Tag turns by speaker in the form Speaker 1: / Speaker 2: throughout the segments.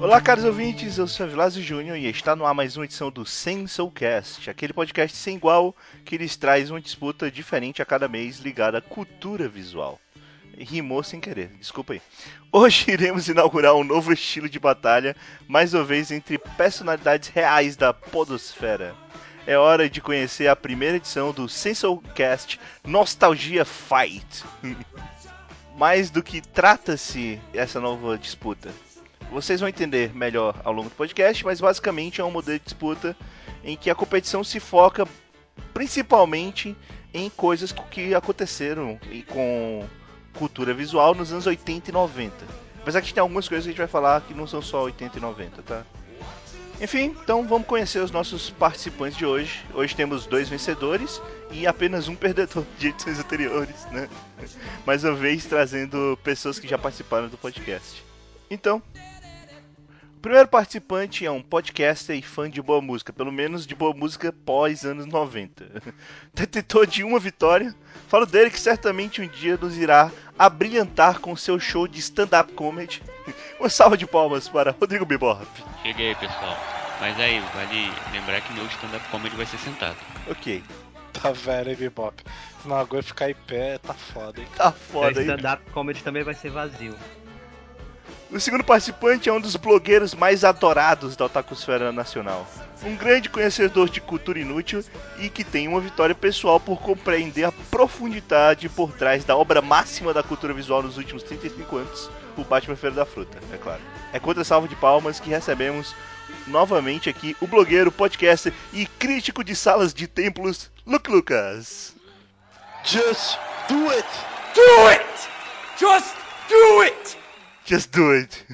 Speaker 1: Olá, caros ouvintes, eu sou Vilásio Júnior e está no ar mais uma edição do Sem Soulcast, aquele podcast sem igual que lhes traz uma disputa diferente a cada mês ligada à cultura visual. Rimou sem querer, desculpa aí. Hoje iremos inaugurar um novo estilo de batalha, mais uma vez entre personalidades reais da podosfera. É hora de conhecer a primeira edição do Sensorcast Nostalgia Fight. Mais do que trata-se essa nova disputa? Vocês vão entender melhor ao longo do podcast, mas basicamente é um modelo de disputa em que a competição se foca principalmente em coisas que aconteceram e com cultura visual nos anos 80 e 90. Apesar que tem algumas coisas que a gente vai falar que não são só 80 e 90, tá? Enfim, então vamos conhecer os nossos participantes de hoje. Hoje temos dois vencedores e apenas um perdedor de edições anteriores, né? Mais uma vez trazendo pessoas que já participaram do podcast. Então, o primeiro participante é um podcaster e fã de boa música, pelo menos de boa música pós anos 90. Detetor de uma vitória, falo dele que certamente um dia nos irá abrilhantar com seu show de stand-up comedy. Uma salva de palmas para Rodrigo Bibop.
Speaker 2: Cheguei, pessoal. Mas aí, vale lembrar que meu stand-up comedy vai ser sentado.
Speaker 1: Ok,
Speaker 3: Tá velho, hein, Bebop. Se não aguenta ficar em pé, tá foda, hein?
Speaker 1: tá
Speaker 4: O
Speaker 1: foda aí.
Speaker 4: É stand-up comedy também vai ser vazio.
Speaker 1: O segundo participante é um dos blogueiros mais adorados da otakusfera nacional. Um grande conhecedor de cultura inútil e que tem uma vitória pessoal por compreender a profundidade por trás da obra máxima da cultura visual nos últimos 35 anos, o Batman Feira da Fruta, é claro. É contra a salva de palmas que recebemos novamente aqui o blogueiro, podcaster e crítico de salas de templos, Luke Lucas.
Speaker 3: Just do it!
Speaker 1: Just do it.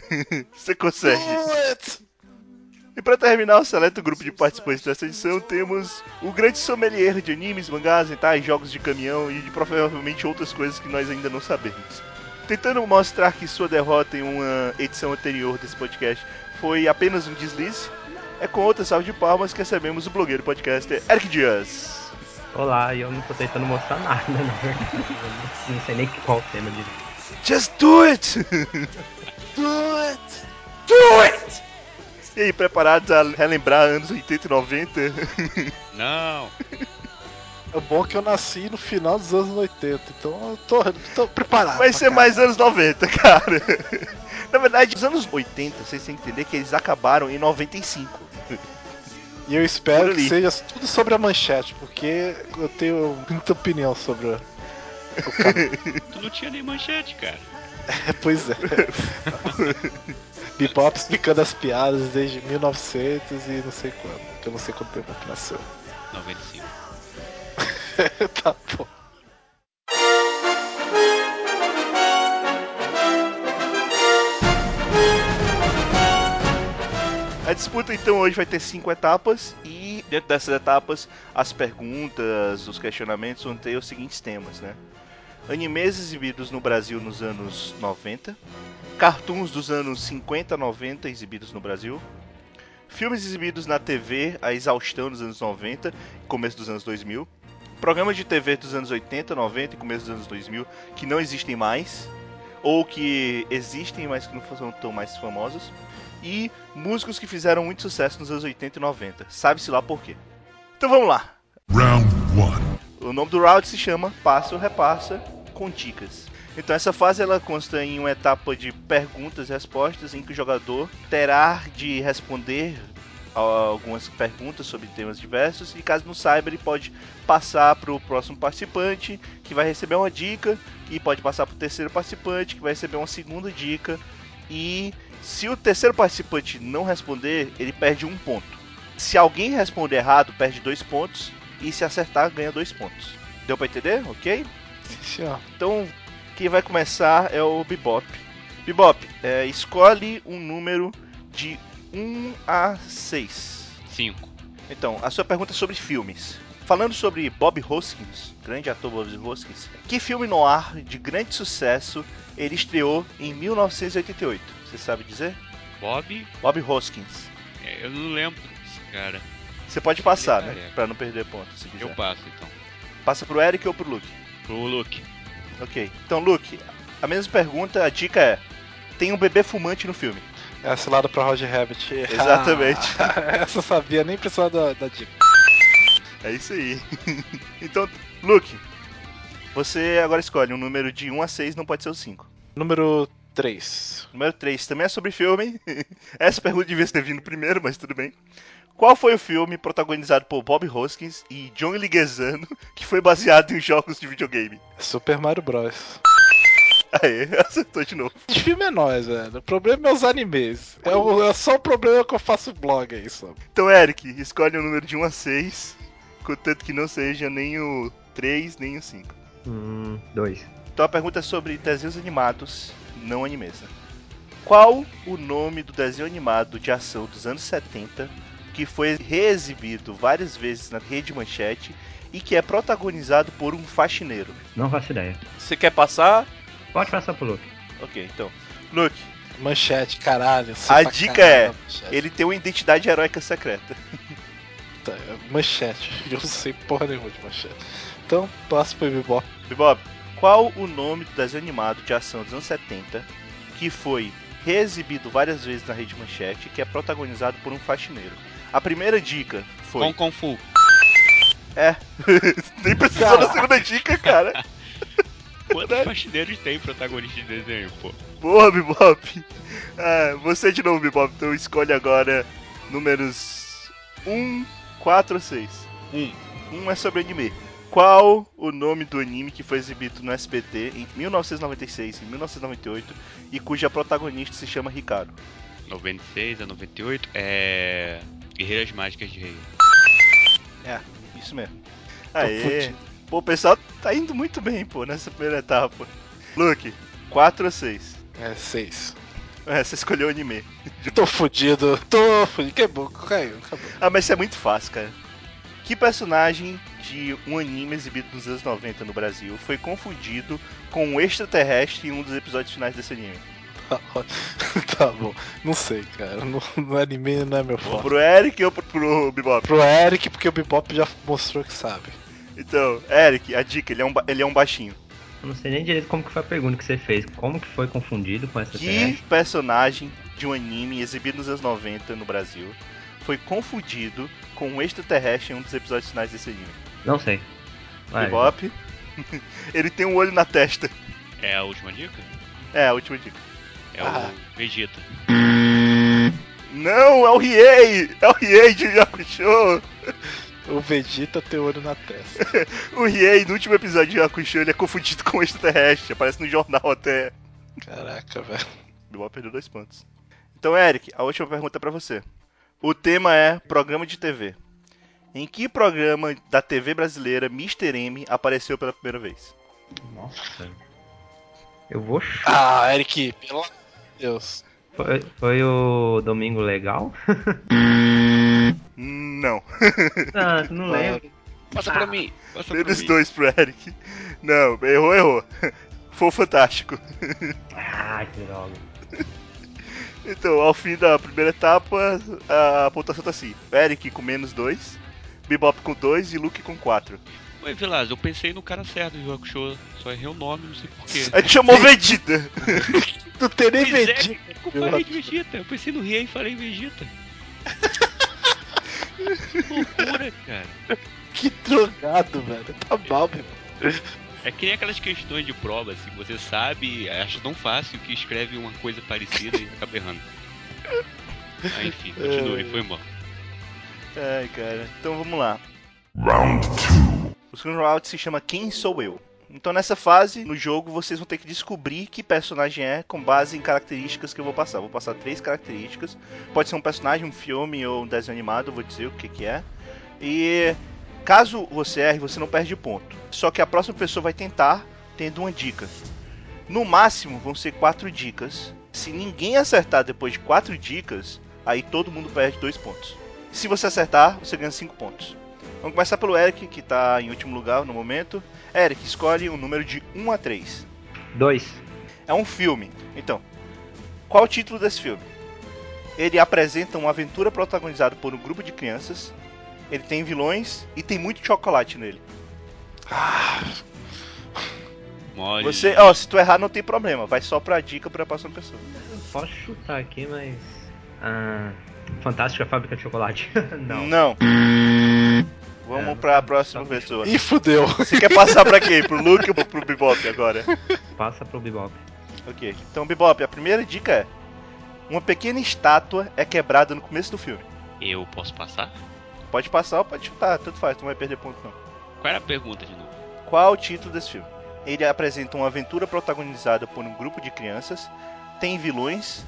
Speaker 1: Você consegue.
Speaker 3: Do it!
Speaker 1: E pra terminar o seleto grupo de participantes dessa edição, temos o grande sommelier de animes, mangás, hentai, jogos de caminhão e de provavelmente outras coisas que nós ainda não sabemos. Tentando mostrar que sua derrota em uma edição anterior desse podcast foi apenas um deslize, é com outra salva de palmas que recebemos o blogueiro podcaster Eric Dias.
Speaker 4: Olá, e eu não tô tentando mostrar nada, na verdade. Eu Não sei nem qual o tema direito.
Speaker 1: Just do it!
Speaker 3: Do it!
Speaker 1: E aí, preparados a relembrar anos 80 e 90?
Speaker 2: Não!
Speaker 3: É bom que eu nasci no final dos anos 80, então eu tô, tô preparado.
Speaker 1: Vai
Speaker 3: pra
Speaker 1: ser mais anos 90, cara. Na verdade, os anos 80, vocês têm que entender que eles acabaram em 95.
Speaker 3: E eu espero
Speaker 1: Por ali.
Speaker 3: que seja tudo sobre a manchete, porque eu tenho muita opinião sobre. a-
Speaker 2: Tu não tinha nem manchete, cara.
Speaker 3: É, pois é. Bebop explicando as piadas desde 1900 e não sei quando. que Eu não sei quando o Bebop nasceu.
Speaker 2: 95.
Speaker 3: tá bom.
Speaker 1: A disputa então hoje vai ter cinco etapas e dentro dessas etapas as perguntas, os questionamentos vão ter os seguintes temas, né? Animes exibidos no Brasil nos anos 90, cartoons dos anos 50 a 90 exibidos no Brasil, filmes exibidos na TV a exaustão dos anos 90 e começo dos anos 2000, programas de TV dos anos 80, 90 e começo dos anos 2000 que não existem mais ou que existem, mas que não são tão mais famosos. E músicos que fizeram muito sucesso nos anos 80 e 90. Sabe-se lá por quê. Então vamos lá.
Speaker 5: Round one.
Speaker 1: O nome do round se chama Passa ou Repassa com Dicas. Então essa fase ela consta em uma etapa de perguntas e respostas em que o jogador terá de responder a algumas perguntas sobre temas diversos e caso não saiba ele pode passar para o próximo participante que vai receber uma dica e pode passar para o terceiro participante que vai receber uma segunda dica e se o terceiro participante não responder ele perde um ponto. Se alguém responder errado perde dois pontos e se acertar ganha dois pontos. Deu pra entender? Ok?
Speaker 3: Sim, senhor.
Speaker 1: Então quem vai começar é o Bebop. Bebop, é, escolhe um número de 1 a 6.
Speaker 2: 5.
Speaker 1: Então, a sua pergunta é sobre filmes. Falando sobre Bob Hoskins, grande ator Bob Hoskins, que filme noir de grande sucesso ele estreou em 1988? Você sabe dizer?
Speaker 2: Bob,
Speaker 1: Bob Hoskins.
Speaker 2: é, eu não lembro desse cara.
Speaker 1: Você pode passar,
Speaker 2: Ele
Speaker 1: né?
Speaker 2: é careca.
Speaker 1: Pra não perder ponto, se quiser.
Speaker 2: Eu passo, então.
Speaker 1: Passa pro Eric ou pro Luke?
Speaker 2: Pro Luke.
Speaker 1: Ok. Então, Luke, a mesma pergunta, a dica é: tem um bebê fumante no filme.
Speaker 3: É a cilada pra Roger Rabbit. Ah,
Speaker 1: Exatamente.
Speaker 3: Essa eu sabia, nem precisava da, da dica.
Speaker 1: É isso aí. então, Luke, você agora escolhe um número de 1 a 6, não pode ser o 5.
Speaker 3: Número 3.
Speaker 1: Número 3 também é sobre filme. Essa pergunta devia ter vindo primeiro, mas tudo bem. Qual foi o filme protagonizado por Bob Hoskins e John Ligezano que foi baseado em jogos de videogame?
Speaker 3: Super Mario Bros.
Speaker 1: Aê, acertou de novo.
Speaker 3: De filme é nós, velho. O problema é os animes. É, o- é só o problema que eu faço blog aí, só.
Speaker 1: Então, Eric, escolhe um número de 1 a 6, contanto que não seja nem o 3, nem o 5.
Speaker 4: Hum, dois.
Speaker 1: Então a pergunta é sobre desenhos animados, não animes. né? Qual o nome do desenho animado de ação dos anos 70 que foi reexibido várias vezes na rede manchete e que é protagonizado por um faxineiro?
Speaker 4: Não faço ideia.
Speaker 1: Você quer passar?
Speaker 4: Pode passar pro Luke.
Speaker 1: Ok, então. Luke,
Speaker 3: Manchete, caralho.
Speaker 1: A dica é, ele tem uma identidade heróica secreta.
Speaker 3: é. Manchete. Eu não sei porra nenhuma de manchete. Então, passo pro Bebop.
Speaker 1: Bob, qual o nome do desenho animado de ação dos anos 70 que foi reexibido várias vezes na rede manchete e que é protagonizado por um faxineiro? A primeira dica foi.
Speaker 2: Com Kung Fu.
Speaker 1: É. Nem precisou da segunda dica, cara.
Speaker 2: Quantos faxineiros tem protagonista de desenho, pô?
Speaker 1: Boa, Bebop. Ah, você de novo, Bebop. Então escolhe agora números 1, 4 ou 6.
Speaker 2: Um.
Speaker 1: 1 é sobre anime. Qual o nome do anime que foi exibido no SBT entre 1996 e 1998 e cuja protagonista se chama Ricardo?
Speaker 2: 96 a 98 é. Guerreiras Mágicas de Rei.
Speaker 1: Isso mesmo. Aê. Pô, o pessoal tá indo muito bem, pô, nessa primeira etapa. Luke, 4 ou 6?
Speaker 3: É, seis.
Speaker 1: É, você escolheu o anime.
Speaker 3: Tô fudido. Tô fudido. Que bom, caiu, acabou.
Speaker 1: Ah, mas isso é muito fácil, cara. Que personagem de um anime exibido nos anos 90 no Brasil foi confundido com um extraterrestre em um dos episódios finais desse anime?
Speaker 3: Tá, ó. tá bom. Não sei, cara. No, no anime não é meu
Speaker 1: Ou
Speaker 3: foco.
Speaker 1: pro Eric ou pro, pro Bebop?
Speaker 3: Pro Eric, porque o Bebop já mostrou que sabe.
Speaker 1: Então, Eric, a dica, ele é um, ba- ele é um baixinho.
Speaker 4: Eu não sei nem direito como que foi a pergunta que você fez. Como que foi confundido com essa
Speaker 1: Que
Speaker 4: TS?
Speaker 1: personagem de um anime exibido nos anos 90 no Brasil foi confundido com um extraterrestre em um dos episódios finais desse anime?
Speaker 4: Não sei. Vai.
Speaker 1: Bebop, ele tem um olho na testa.
Speaker 2: É a última dica?
Speaker 1: É, a última dica.
Speaker 2: É
Speaker 3: Ah.
Speaker 2: o Vegeta.
Speaker 1: Não, é o Riei! É o Riei de Yakusho!
Speaker 3: O Vegeta tem olho na testa.
Speaker 1: O Riei, no último episódio de Yakusho, ele é confundido com um extraterrestre. Aparece no jornal até.
Speaker 3: Caraca, velho.
Speaker 1: Bilbao perdeu dois pontos. Então, Eric, a última pergunta é pra você. O tema é programa de TV. Em que programa da TV brasileira Mr. M apareceu pela primeira vez?
Speaker 4: Nossa. Eu vou chutar.
Speaker 3: Ah, Eric, pelo amor de Deus.
Speaker 4: Foi, foi o Domingo Legal?
Speaker 1: Não.
Speaker 4: Ah, não lembro.
Speaker 2: Passa pra mim! Passa pra
Speaker 1: Menos
Speaker 2: mim!
Speaker 1: dois pro Eric. Não, errou, errou. Foi o fantástico.
Speaker 4: Ah, que droga.
Speaker 1: Então, ao fim da primeira etapa, a pontuação tá assim: Eric com menos dois, Bebop com dois e Luke com quatro.
Speaker 2: Oi, Vilas, eu pensei no cara certo do Hakusho, só errei o nome, não sei porquê.
Speaker 1: A gente chamou Vegeta.
Speaker 3: Não tem nem
Speaker 2: Pois é,
Speaker 3: Vegeta.
Speaker 2: Eu falei de Vegeta, eu pensei no Rei e falei Vegeta. Que loucura, cara.
Speaker 3: Que drogado, velho. Tá mal, meu irmão.
Speaker 2: É que nem aquelas questões de prova, assim, você sabe, acha tão fácil que escreve uma coisa parecida e acaba errando. Ah, enfim, continue, foi mal.
Speaker 1: Ai, cara. Então vamos lá. Round 2. O segundo round se chama Quem Sou Eu? Então nessa fase, no jogo, vocês vão ter que descobrir que personagem é com base em características que eu vou passar. Vou passar três características. Pode ser um personagem, um filme ou um desenho animado, eu vou dizer o que, que é. E caso você erre, você não perde ponto. Só que a próxima pessoa vai tentar tendo uma dica. No máximo vão ser quatro dicas. Se ninguém acertar depois de quatro dicas, aí todo mundo perde dois pontos. Se você acertar, você ganha 5 pontos. Vamos começar pelo Eric, que tá em último lugar no momento. Eric, escolhe um número de 1 a 3.
Speaker 4: Dois.
Speaker 1: É um filme. Então, qual o título desse filme? Ele apresenta uma aventura protagonizada por um grupo de crianças. Ele tem vilões e tem muito chocolate nele.
Speaker 3: Ah,
Speaker 2: Mole.
Speaker 1: Você, ó, se tu errar não tem problema, vai só pra dica pra próxima pessoa.
Speaker 4: Eu posso chutar aqui, mas. Ah, Fantástica Fábrica de Chocolate. não.
Speaker 1: Vamos
Speaker 4: É,
Speaker 1: pra
Speaker 4: não-
Speaker 1: próxima
Speaker 4: não-
Speaker 1: pessoa.
Speaker 3: Ih, fudeu.
Speaker 1: Você quer passar pra quem? Pro Luke ou pro Bebop agora?
Speaker 4: Passa pro Bebop.
Speaker 1: Ok. Então, Bebop, a primeira dica é: uma pequena estátua é quebrada no começo do filme.
Speaker 2: Eu posso passar?
Speaker 1: Pode passar ou pode chutar, tanto faz, tu não vai perder ponto não.
Speaker 2: Qual era a pergunta de novo?
Speaker 1: Qual é o título desse filme? Ele apresenta uma aventura protagonizada por um grupo de crianças, tem vilões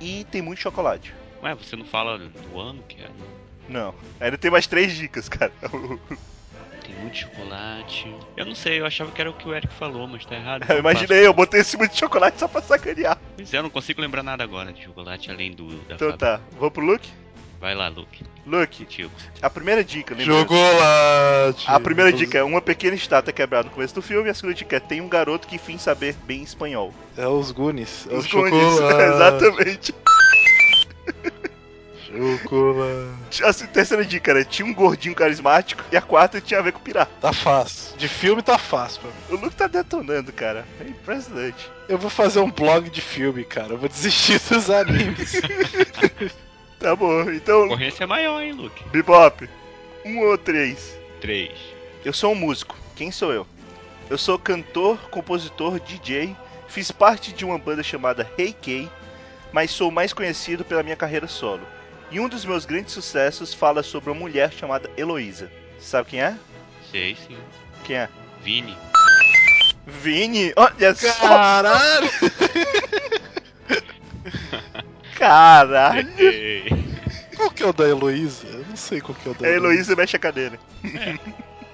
Speaker 1: e tem muito chocolate.
Speaker 2: Ué, você não fala do ano que é- era?
Speaker 1: Não, ainda tem mais três dicas, cara.
Speaker 2: Tem muito chocolate. Eu não sei, eu achava que era o que o Eric falou, mas tá errado.
Speaker 1: Eu imaginei, eu botei esse muito chocolate só pra sacanear.
Speaker 2: Pois é, eu não consigo lembrar nada agora de chocolate além do da
Speaker 1: Então
Speaker 2: fábrica.
Speaker 1: tá, vamos pro Luke?
Speaker 2: Vai lá, Luke.
Speaker 1: Luke,
Speaker 2: Contigo.
Speaker 1: a primeira dica, lembra?
Speaker 3: Chocolate.
Speaker 1: A primeira dica é uma pequena estátua quebrada no começo do filme, e a segunda dica é tem um garoto que fim saber bem espanhol.
Speaker 3: É os Goonies. É
Speaker 1: Os
Speaker 3: os
Speaker 1: Goonies,
Speaker 3: chocolate.
Speaker 1: exatamente.
Speaker 3: Chocolate.
Speaker 1: A assim, terceira dica era tinha um gordinho carismático e a quarta tinha a ver com pirata.
Speaker 3: Tá fácil. De filme tá fácil pra mim.
Speaker 1: O Luke tá detonando, cara. É impressionante.
Speaker 3: Eu vou fazer um blog de filme, cara. Eu vou desistir dos animes.
Speaker 1: Tá bom, então,
Speaker 2: A concorrência é maior, hein, Luke?
Speaker 1: Bebop, um ou três?
Speaker 2: Três.
Speaker 1: Eu sou um músico. Quem sou eu? Eu sou cantor, compositor, DJ, fiz parte de uma banda chamada Hey K, mas sou mais conhecido pela minha carreira solo. E um dos meus grandes sucessos fala sobre uma mulher chamada Heloísa. Sabe quem é?
Speaker 2: Sei, sim.
Speaker 1: Quem é?
Speaker 2: Vini.
Speaker 1: Vini! Olha só!
Speaker 3: Caralho!
Speaker 1: Caralho!
Speaker 2: Ei.
Speaker 3: Qual que é o da Heloísa? Eu não sei qual que é o da
Speaker 1: A Heloísa mexe a cadeira.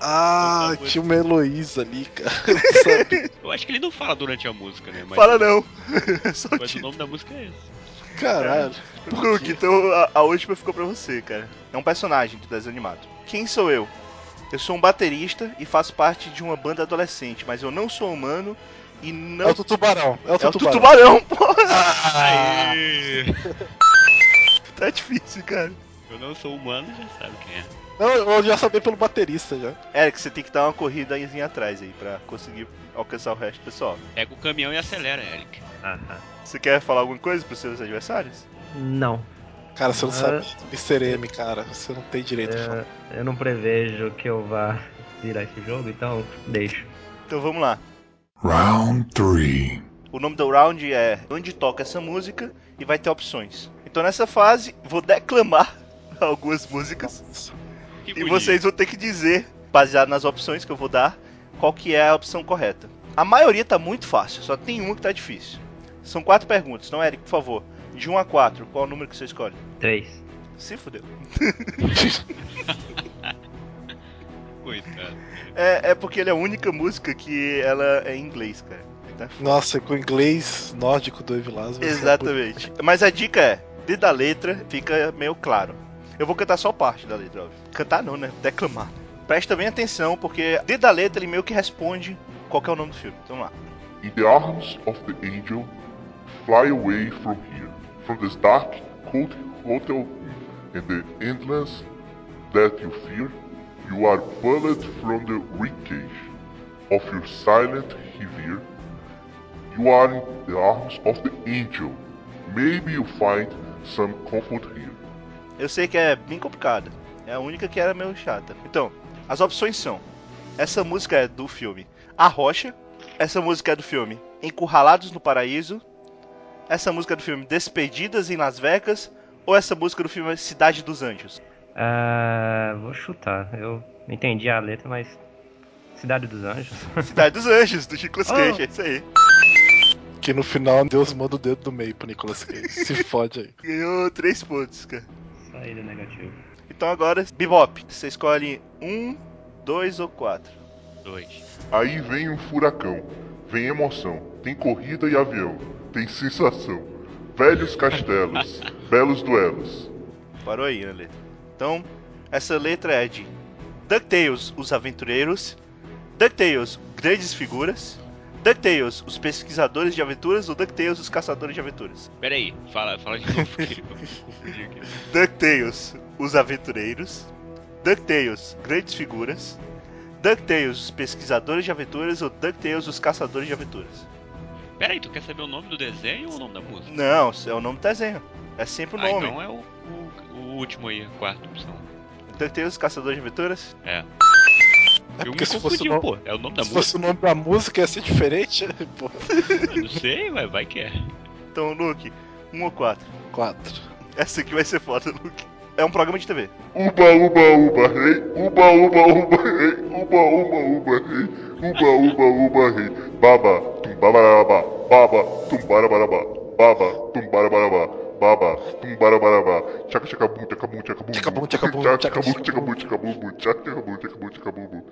Speaker 3: Ah, tinha uma Heloísa ali, cara. Eu sabia.
Speaker 2: eu acho que ele não fala durante a música, né? Mas,
Speaker 1: Fala não! Só o
Speaker 2: Mas o
Speaker 1: título.
Speaker 2: nome da música é esse.
Speaker 3: Caralho.
Speaker 1: Luke, então a, a última ficou pra você, cara. É um personagem do desenho animado. Quem sou eu? Eu sou um baterista e faço parte de uma banda adolescente, mas eu não sou humano e não.
Speaker 3: É o do tubarão. É o
Speaker 1: É
Speaker 3: do
Speaker 1: o Tutubarão,
Speaker 3: tubarão.
Speaker 1: porra!
Speaker 3: Ah,
Speaker 2: Aê.
Speaker 1: Tá difícil, cara.
Speaker 2: Eu não sou humano, já sabe quem é.
Speaker 3: não, eu já sabia pelo baterista já.
Speaker 1: Eric, você tem que dar uma corrida aí atrás aí pra conseguir alcançar o resto do pessoal.
Speaker 2: Pega o caminhão e acelera, Eric.
Speaker 4: Ah, tá.
Speaker 1: Você quer falar alguma coisa pros seus adversários?
Speaker 4: Não.
Speaker 3: Cara, você não
Speaker 4: Ah.
Speaker 3: sabe do Mr. M, cara. Você não tem direito de falar.
Speaker 4: Eu, eu não prevejo que eu vá virar esse jogo, então deixo.
Speaker 1: Então vamos lá.
Speaker 5: Round three.
Speaker 1: O nome do round é Onde Toca Essa Música e vai ter opções. Então nessa fase, vou declamar algumas músicas.
Speaker 2: Que
Speaker 1: E
Speaker 2: bonito.
Speaker 1: vocês vão ter que dizer, baseado nas opções que eu vou dar, qual que é a opção correta. A maioria tá muito fácil, só tem uma que tá difícil. São quatro perguntas, então Eric, por favor, de 1 a 4, qual o número que você escolhe?
Speaker 4: Três.
Speaker 1: Se fudeu.
Speaker 2: Coitado.
Speaker 1: É, é porque ele é a única música que ela é em inglês, cara. Então é foda.
Speaker 3: Nossa, com o inglês nórdico do Evilás. você é
Speaker 1: Exatamente. Mas a dica é, de da letra fica meio claro. Eu vou cantar só parte da letra, óbvio. Cantar não, né? Declamar. Presta bem atenção, porque de da letra ele meio que responde qual que é o nome do filme. Então vamos lá.
Speaker 6: In the arms of the angel, fly away from here, from this dark, cold hotel and the endless that you fear. You are pulled from the wreckage of your silent reverie. You are in the arms of the angel. Maybe you find some comfort here.
Speaker 1: Eu sei que é bem complicada. É a única que era meio chata. Então, as opções são: essa música é do filme A Rocha, essa música é do filme Encurralados no Paraíso, essa música é do filme Despedidas em Las Vegas, ou essa música é do filme Cidade dos Anjos.
Speaker 4: Ah, vou chutar. Eu entendi a letra, mas. Cidade dos Anjos.
Speaker 1: Cidade Tá, dos Anjos, do Nicolas
Speaker 4: Oh.
Speaker 1: Cage, é isso aí.
Speaker 3: puto. Que no final Deus manda o dedo do meio pro Nicolas Cage. Se fode aí.
Speaker 1: Ganhou três pontos, cara.
Speaker 4: Saída negativa.
Speaker 1: Então agora, Bebop, você escolhe um, dois ou quatro.
Speaker 2: Dois.
Speaker 6: Aí vem um furacão, vem emoção, tem corrida e avião, tem sensação, velhos castelos, belos duelos.
Speaker 1: Parou aí a letra. Então, essa letra é de DuckTales, os aventureiros, DuckTales, grandes figuras, DuckTales, os pesquisadores de aventuras ou DuckTales, os caçadores de aventuras.
Speaker 2: Pera aí, fala, fala de novo. que eu confundi aqui.
Speaker 1: DuckTales, os aventureiros, DuckTales, grandes figuras, DuckTales, os pesquisadores de aventuras, ou DuckTales, os caçadores de aventuras?
Speaker 2: Pera aí, tu quer saber o nome do desenho ou o nome da música?
Speaker 1: Não, é o nome do desenho. É sempre o
Speaker 2: ah,
Speaker 1: nome.
Speaker 2: então é o, o- o último aí, a quarta opção. então.
Speaker 1: DuckTales, os caçadores de aventuras?
Speaker 2: É.
Speaker 3: É
Speaker 2: eu me
Speaker 3: porque se fosse, o
Speaker 2: confundi,
Speaker 3: nome,
Speaker 2: pô. É o nome da
Speaker 3: se
Speaker 2: música?
Speaker 3: fosse o nome da música ia ser diferente. né? Pô,
Speaker 2: Eu Não sei, mas vai que é.
Speaker 1: Então, Luke, 1 ou 4?
Speaker 3: quatro.
Speaker 1: Essa aqui vai ser foda, Luke. É um programa de TV.
Speaker 6: Uba, uba, uba, rei. Uba, uba, uba, rei. Uba, uba, uba, rei. Uba, uba, uba, rei. Baba, tumbarabarabá. Baba, tumbarabarabá. Baba, tumbarabarabá. Baba, tumbarabarabá. Tchaca, tchaca, bum, tchaca, bum, tchaca, bum.
Speaker 3: Tchaca, bum, tchaca, bum,
Speaker 6: Tchaca,
Speaker 3: tchaca,
Speaker 6: bum,
Speaker 3: bum,
Speaker 6: tchaca, bum, tchaca, bum, bum. Tchaca, tchaca, bum, tchaca, bum, tchaca, bum, bum.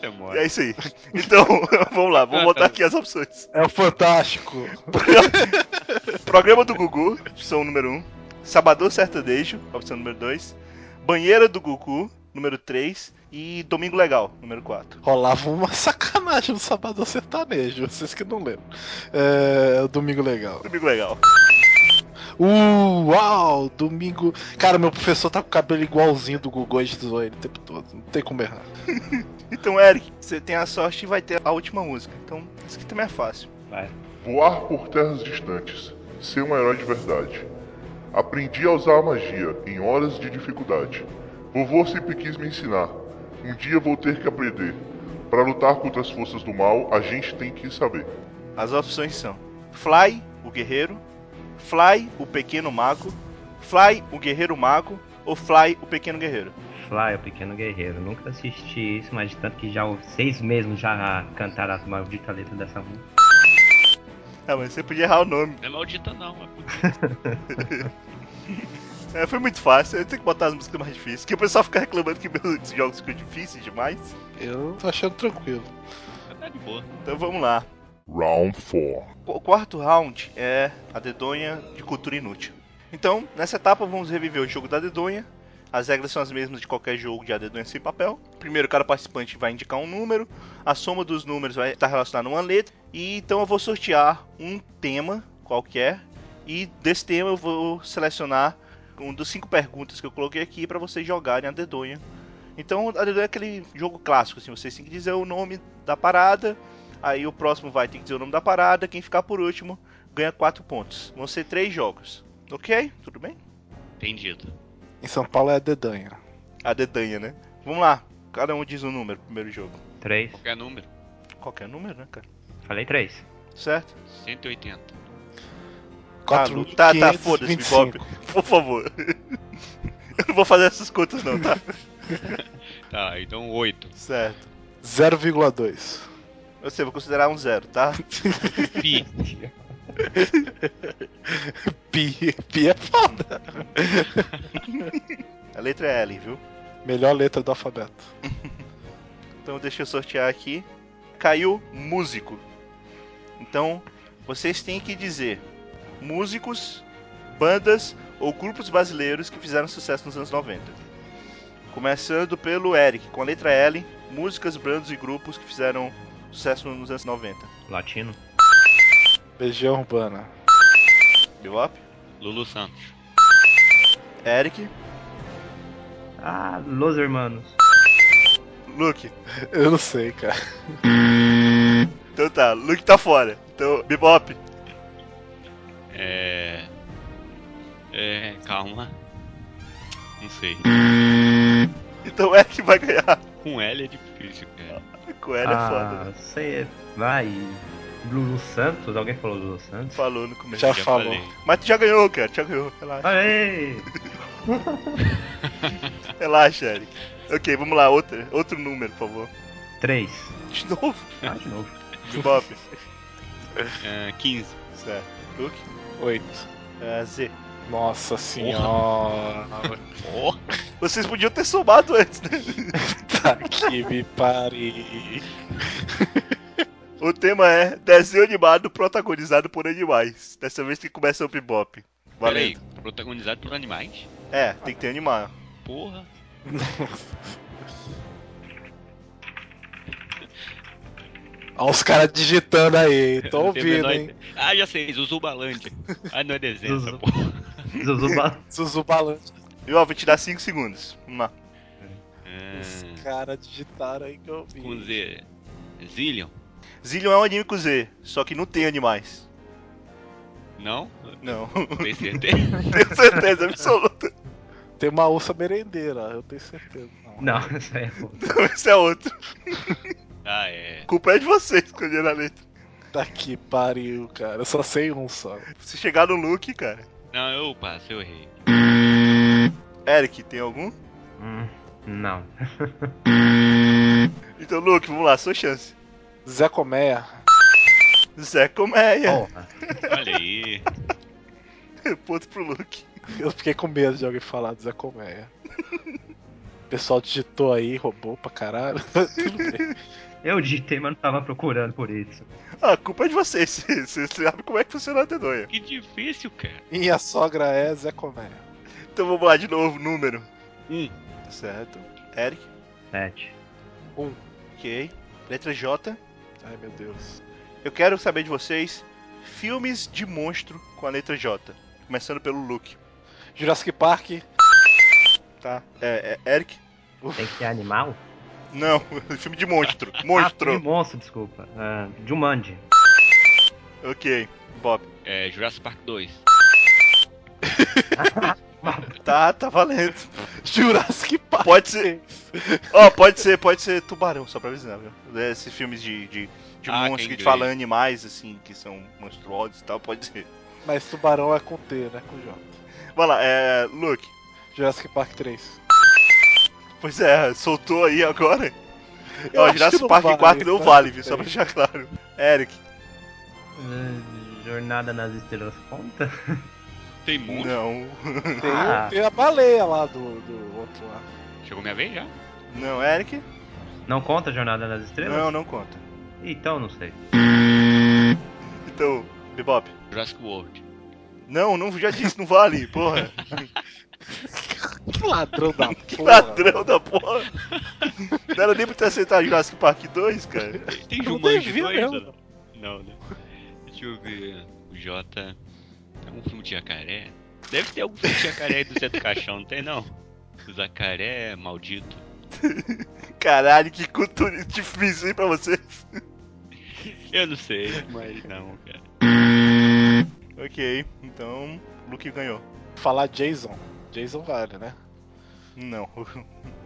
Speaker 2: Essa é
Speaker 1: É
Speaker 2: mole.
Speaker 1: isso aí. Então, vamos lá, vamos
Speaker 2: Ah,
Speaker 1: botar
Speaker 2: tá.
Speaker 1: aqui as opções.
Speaker 3: É o Fantástico.
Speaker 1: Programa do Gugu, opção número 1. Sabadão Sertanejo, opção número 2. Banheira do Gugu, número 3. E Domingo Legal, número 4.
Speaker 3: Rolava uma sacanagem no Sabadão Sertanejo, vocês que não lembram. É, o Domingo Legal.
Speaker 1: Domingo Legal.
Speaker 3: Uau, Domingo. Cara, meu professor tá com o cabelo igualzinho do Gugu, a gente zoou ele o tempo todo. Não tem como errar.
Speaker 1: Então, Eric, você tem a sorte e vai ter a última música. Então, isso aqui também é fácil.
Speaker 4: Vai.
Speaker 6: Voar por terras distantes, ser um herói de verdade. Aprendi a usar a magia em horas de dificuldade. Vovô sempre quis me ensinar. Um dia vou ter que aprender. Para lutar contra as forças do mal, a gente tem que saber.
Speaker 1: As opções são Fly, o Guerreiro, Fly, o Pequeno Mago, Fly, o Guerreiro Mago ou Fly, o Pequeno Guerreiro.
Speaker 4: Fly, o Pequeno Guerreiro. Nunca assisti isso, mas de tanto que já ouvi- vocês mesmos já cantaram as malditas letras dessa música.
Speaker 1: Ah, mas você podia errar o nome.
Speaker 2: Não é maldita não, é puta.
Speaker 1: É, foi muito fácil, eu tenho que botar as músicas mais difíceis, que o pessoal fica reclamando que meus jogos ficam difíceis demais.
Speaker 3: Eu tô achando tranquilo.
Speaker 2: Tá de boa.
Speaker 1: Então vamos lá.
Speaker 6: Round 4.
Speaker 1: O quarto round é a dedonha de cultura inútil. Então, nessa etapa vamos reviver o jogo da dedonha. As regras são as mesmas de qualquer jogo de a dedonha sem papel. Primeiro, cada participante vai indicar um número, a soma dos números vai estar relacionada a uma letra, e então eu vou sortear um tema qualquer, e desse tema eu vou selecionar um dos cinco perguntas que eu coloquei aqui para vocês jogarem a dedonha. Então, a dedonha é aquele jogo clássico, assim, vocês têm que dizer o nome da parada, Aí o próximo vai ter que dizer o nome da parada. Quem ficar por último ganha 4 pontos. Vão ser 3 jogos. Ok? Tudo bem?
Speaker 2: Entendido.
Speaker 3: Em São Paulo é dedanha.
Speaker 1: A dedanha, né? Vamos lá. Cada um diz um número, primeiro jogo.
Speaker 4: Três.
Speaker 2: Qualquer número.
Speaker 1: Qualquer número, né, cara?
Speaker 4: Falei três.
Speaker 1: Certo?
Speaker 2: 180.
Speaker 1: Tá, Lu- tá, tá, foda-se, Bebop. Por favor. Eu não vou fazer essas contas, não, tá?
Speaker 2: Tá, então 8.
Speaker 1: Certo.
Speaker 3: 0,2.
Speaker 1: Eu sei, vou considerar um zero, tá?
Speaker 2: Pi.
Speaker 3: Pi, pi é foda.
Speaker 1: A letra é L, viu?
Speaker 3: Melhor letra do alfabeto.
Speaker 1: Então deixa eu sortear aqui. Caiu músico. Então vocês têm que dizer músicos, bandas ou grupos brasileiros que fizeram sucesso nos anos 90. Começando pelo Eric, com a letra L, músicas, bandas e grupos que fizeram sucesso nos anos 90.
Speaker 4: Latino.
Speaker 3: Legião Urbana.
Speaker 1: Bebop,
Speaker 2: Lulu Santos.
Speaker 1: Eric,
Speaker 4: Ah, Los Hermanos.
Speaker 1: Luke.
Speaker 3: Eu não sei, cara.
Speaker 1: Então tá, Luke tá fora. Então, Bebop,
Speaker 2: É. É. Calma. Não sei.
Speaker 1: então o Eric vai ganhar.
Speaker 2: Com L é difícil, cara.
Speaker 1: Com L é foda. né?
Speaker 4: ah, sei. Vai. Lulu Santos? Alguém falou Lulu Santos?
Speaker 1: né? Falou no começo.
Speaker 3: Já
Speaker 2: Já
Speaker 3: falou.
Speaker 2: falei.
Speaker 1: Mas tu já ganhou, cara. Já ganhou. Relaxa.
Speaker 4: Aê!
Speaker 1: Relaxa, Eric. Ok, vamos lá, outra, outro número, por favfavor.
Speaker 4: Três.
Speaker 1: De novo,
Speaker 4: Ah, de novo.
Speaker 1: Bob.
Speaker 2: É, 15.
Speaker 1: certo. Luke.
Speaker 3: 8.
Speaker 1: É, Z.
Speaker 3: Nossa senhora.
Speaker 2: Ó,
Speaker 1: Vocês podiam ter somado antes, né?
Speaker 3: Tá que me pare.
Speaker 1: O tema é desenho animado protagonizado por animais. Dessa vez que começa o Bebop.
Speaker 2: peraí.
Speaker 1: Valendo.
Speaker 2: Protagonizado por animais?
Speaker 1: É, tem que ter animal.
Speaker 2: Porra.
Speaker 3: Olha os caras digitando aí.
Speaker 2: eu
Speaker 3: Tô
Speaker 2: não tenho a
Speaker 3: ouvindo,
Speaker 2: menor
Speaker 3: hein?
Speaker 2: ideia. Ah, já sei. Zuzubalândia. Ah, não é desenho essa
Speaker 4: Zuzu.
Speaker 2: porra.
Speaker 4: Zuzuba.
Speaker 3: Zuzu Balanço.
Speaker 1: E ó, vou te dar 5 segundos. Vamos lá.
Speaker 3: Os caras digitaram aí que eu vi.
Speaker 2: É. Com Z. Zillion?
Speaker 1: Zillion é um anime com Z, só que não tem animais.
Speaker 2: Não?
Speaker 1: Não.
Speaker 2: Tem certeza?
Speaker 1: Tenho certeza absoluta.
Speaker 3: Tem uma onça merendeira, eu tenho certeza.
Speaker 4: Não, isso aí é outro.
Speaker 1: Então esse é outro.
Speaker 2: ah, é.
Speaker 1: A culpa é de vocês, escolheram a letra.
Speaker 3: Tá que pariu, cara. Eu só sei um só.
Speaker 1: Se chegar no look, cara.
Speaker 2: Não, eu passo, eu errei.
Speaker 1: Eric, tem algum?
Speaker 4: Hum, não.
Speaker 1: Então, Luke, vamos lá, sua chance.
Speaker 3: Zé Coméia.
Speaker 1: Zé Coméia.
Speaker 4: Porra.
Speaker 2: Olha aí.
Speaker 1: Ponto pro Luke.
Speaker 3: Eu fiquei com medo de alguém falar do Zé Colmeia. O pessoal digitou aí, roubou pra caralho. Tudo bem.
Speaker 4: Eu digitei, mas não tava procurando por isso.
Speaker 1: Ah, a culpa é de vocês. Vocês vocês sabem como é que funciona a dedonha.
Speaker 2: Que difícil, cara.
Speaker 3: Minha sogra é Zé Colmeia.
Speaker 1: Então vamos lá de novo, número.
Speaker 2: Um.
Speaker 1: Tá certo. Eric,
Speaker 4: Sete.
Speaker 1: ok. Letra J.
Speaker 3: Ai meu Deus.
Speaker 1: Eu quero saber de vocês filmes de monstro com a letra J. Começando pelo Luke.
Speaker 3: Jurassic Park.
Speaker 1: Tá. É, é, Eric?
Speaker 4: Tem que ser animal?
Speaker 1: Não, filme de monstro.
Speaker 4: Ah, de
Speaker 1: Monstro.
Speaker 4: monstro, desculpa. Ah, Jumanji.
Speaker 1: ok. Bob.
Speaker 2: É, Jurassic Park 2.
Speaker 1: Tá, tá valendo.
Speaker 3: Jurassic Park.
Speaker 1: Pode ser. Ó, pode ser, pode ser tubarão, só pra avisar, viu? Esses filmes de, de, de
Speaker 2: Ah,
Speaker 1: monstros
Speaker 2: que
Speaker 1: que te
Speaker 2: inglês.
Speaker 1: falam animais, assim, que são monstruosos e tal, pode ser.
Speaker 3: Mas tubarão é com T, né? Com J.
Speaker 1: Vai lá, é. Luke.
Speaker 3: Jurassic Park 3.
Speaker 1: Pois é, soltou aí agora.
Speaker 3: Eu
Speaker 1: Ó,
Speaker 3: acho que
Speaker 1: Jurassic
Speaker 3: não
Speaker 1: Park
Speaker 3: vale,
Speaker 1: 4 não
Speaker 3: tá?
Speaker 1: vale, viu? Só pra deixar claro. Eric.
Speaker 4: Ah, Jornada nas Estrelas conta?
Speaker 2: Tem monstro.
Speaker 1: Não.
Speaker 3: Tem,
Speaker 4: Ah.
Speaker 3: um, tem a baleia lá do, do outro lá.
Speaker 2: Chegou minha vez já?
Speaker 1: Não, Eric?
Speaker 4: Não conta Jornada nas Estrelas?
Speaker 1: Não, não conta.
Speaker 4: Então não sei.
Speaker 1: Então, Bebop.
Speaker 2: Jurassic World.
Speaker 1: Não, não, já disse, não vale, porra.
Speaker 3: Que ladrão da
Speaker 1: Que
Speaker 3: Tá, porra.
Speaker 1: ladrão da porra. Não era nem pra ter aceitado Jurassic Park 2, cara.
Speaker 2: Tem
Speaker 3: Eu não
Speaker 2: Jumanji
Speaker 3: devia
Speaker 2: 2?
Speaker 3: mesmo.
Speaker 2: Não, né? Deixa eu ver. O Jota. Tem algum filme de jacaré? Deve ter algum filme de jacaré aí do Zé do Caixão, não tem não? O Zacaré maldito.
Speaker 1: Caralho, que cultura difícil, hein, pra você.
Speaker 2: Eu não sei, mas não, cara.
Speaker 1: Ok, então, Luke ganhou.
Speaker 3: Falar Jason. Jason vale, né?
Speaker 1: Não.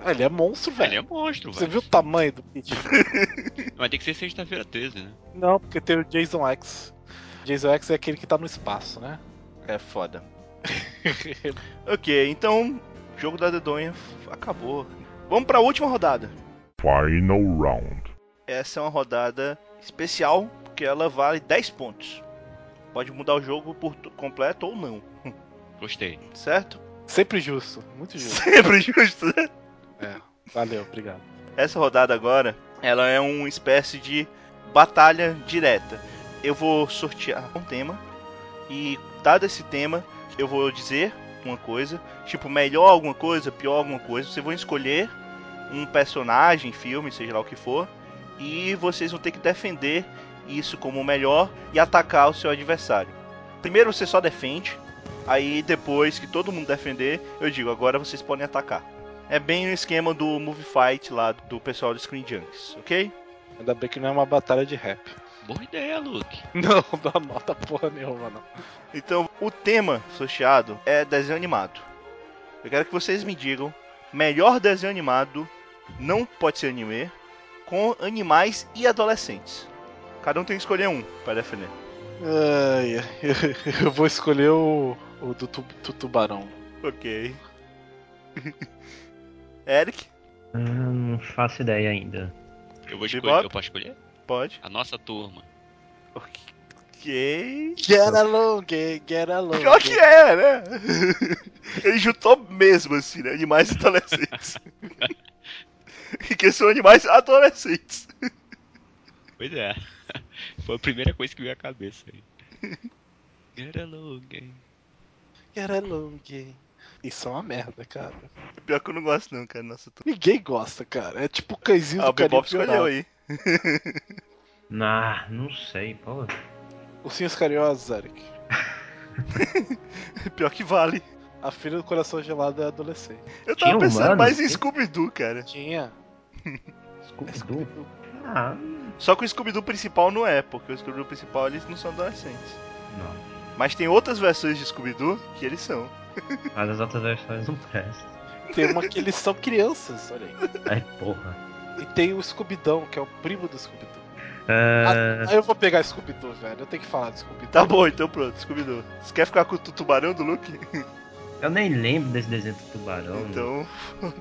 Speaker 3: Ah, Ele é monstro,
Speaker 2: Ele
Speaker 3: velho.
Speaker 2: é monstro,
Speaker 3: Você
Speaker 2: velho.
Speaker 3: viu o tamanho do bicho?
Speaker 2: Mas tem que ser sexta-feira 13, né?
Speaker 3: Não, porque tem o Jason X. Jason X é aquele que tá no espaço, né?
Speaker 1: É foda. ok, então, jogo da dedonha f- acabou. Vamos pra última rodada.
Speaker 5: Final round.
Speaker 1: Essa é uma rodada especial, porque ela vale 10 pontos. Pode mudar o jogo por tu- completo ou não,
Speaker 2: Gostei.
Speaker 1: certo?
Speaker 3: Sempre justo, muito justo.
Speaker 1: Sempre justo, né?
Speaker 3: Valeu, obrigado.
Speaker 1: Essa rodada agora, ela é uma espécie de batalha direta. Eu vou sortear um tema e dado esse tema, eu vou dizer uma coisa, tipo melhor alguma coisa, pior alguma coisa. Vocês vão escolher um personagem, filme, seja lá o que for, e vocês vão ter que defender isso como o melhor e atacar o seu adversário. Primeiro você só defende, aí depois que todo mundo defender, eu digo agora vocês podem atacar. É bem o esquema do Movie Fight lá do pessoal do Screen Junkies, ok?
Speaker 3: Ainda bem que não é uma batalha de rap.
Speaker 2: Boa ideia, Luke.
Speaker 3: Não, dá nota porra nenhuma, não.
Speaker 1: Então, o tema sorteado é desenho animado. Eu quero que vocês me digam melhor desenho animado, não pode ser anime, com animais e adolescentes. Cada um tem que escolher um para defender.
Speaker 3: Ai, eu vou escolher o, o do, tu- do tubarão.
Speaker 1: Ok. Eric,
Speaker 4: Ah, não faço ideia ainda.
Speaker 2: Eu
Speaker 1: Bebop?
Speaker 2: vou escolher. Eu posso escolher?
Speaker 1: pode.
Speaker 2: A nossa turma.
Speaker 1: Ok.
Speaker 3: Get along, get along.
Speaker 1: Pior que é, né? Ele juntou mesmo, assim, né? Animais e adolescentes. que são animais adolescentes.
Speaker 2: Pois é. Foi a primeira coisa que veio à cabeça aí. Get along, hein?
Speaker 3: Get along. Isso é uma merda, cara.
Speaker 1: Pior que eu não gosto, não, cara. Nossa, tô...
Speaker 3: Ninguém gosta, cara. É tipo o cãezinho
Speaker 1: Ah, o
Speaker 3: do Caribe
Speaker 1: Bebop escolheu
Speaker 3: Dourado.
Speaker 1: aí.
Speaker 4: Ah, não sei, pô.
Speaker 3: é Ursinhos carinhosos, Eric.
Speaker 1: Pior que vale.
Speaker 3: A filha do coração gelado é adolescente.
Speaker 1: Eu
Speaker 4: Tinha
Speaker 1: tava
Speaker 4: um
Speaker 1: pensando
Speaker 4: humano?
Speaker 1: mais em Scooby-Doo, cara.
Speaker 3: Tinha.
Speaker 4: Scooby-Doo? Ah,
Speaker 1: Só que o Scooby-Doo principal não é, porque o Scooby-Doo principal eles não são adolescentes.
Speaker 4: não.
Speaker 1: Mas tem outras versões de Scooby-Doo que eles são.
Speaker 4: Mas as outras versões não prestam.
Speaker 3: Tem uma que eles são crianças, olha aí.
Speaker 4: Ai, porra.
Speaker 3: E tem o Scooby-Dão, que é o primo do Scooby-Doo.
Speaker 4: Ah,
Speaker 3: Ah, eu vou pegar Scooby-Doo, velho. Eu tenho que falar de Scooby-Doo.
Speaker 1: Tá bom, então pronto, Scooby-Doo. Você quer ficar com o tu- tubarão do Luke?
Speaker 4: eu nem lembro desse desenho do tubarão. mano.
Speaker 1: Então.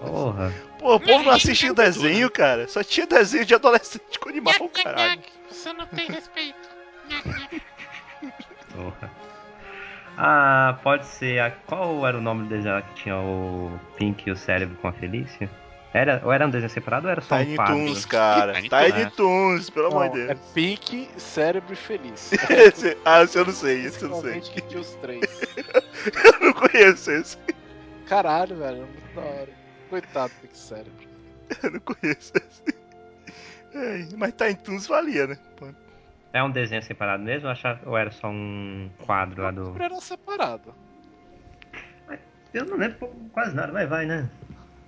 Speaker 4: Porra.
Speaker 1: Pô, o povo não assistia desenho, cara. Só tinha desenho de adolescente com animal,
Speaker 7: Nhac, nhac,
Speaker 1: caralho.
Speaker 7: nhac. Você não tem respeito. Nhac, nhac.
Speaker 4: Porra. Ah, pode ser. A... Qual era o nome do desenho lá que tinha o Pink e o cérebro com a Felícia? Era, ou era um desenho separado ou era só
Speaker 1: Tiny
Speaker 4: um quadro?
Speaker 1: Toons, cara.
Speaker 2: Tiny
Speaker 1: Tiny
Speaker 2: Toons. né?
Speaker 1: Toons, pelo
Speaker 3: Não,
Speaker 1: amor de
Speaker 3: É
Speaker 1: Deus.
Speaker 3: Pink, Cérebro e Feliz.
Speaker 1: Esse- ah, esse eu não sei, esse eu não sei.
Speaker 3: Principalmente que tinha os três.
Speaker 1: Eu não conheço esse.
Speaker 3: Caralho, velho. é Muito da hora. Coitado do Pink Cérebro.
Speaker 1: Eu não conheço esse. Ai, mas Tiny Toons valia, né? Pô.
Speaker 4: É um desenho separado mesmo ou, achava- ou era só um quadro lá do.
Speaker 3: Cérebro era separado.
Speaker 4: Eu não lembro quase nada, vai, vai, né?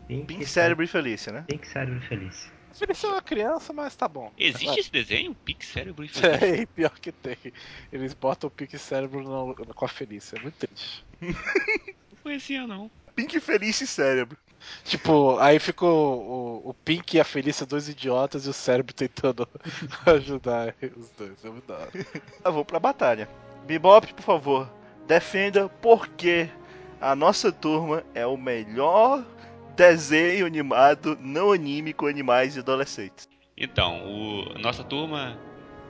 Speaker 4: Pink,
Speaker 1: Pink Cérebro e Felícia, né?
Speaker 4: Pink Cérebro Feliz.
Speaker 3: Felícia é uma criança, mas tá bom.
Speaker 2: Existe esse desenho? Pique cérebro e feliz.
Speaker 3: É, e pior que tem. Eles botam o Pink Cérebro no- com a Felícia. É muito triste.
Speaker 2: Não conhecia, não.
Speaker 1: Pink Felícia e Cérebro.
Speaker 3: Tipo, aí ficou o, o Pink e a Felícia, dois idiotas, e o cérebro tentando ajudar os dois. É muito da hora.
Speaker 1: Ah, vamos pra batalha. Bebop, por favor, defenda porque a nossa turma é o melhor desenho animado não anime com animais e adolescentes.
Speaker 2: Então, o- nossa turma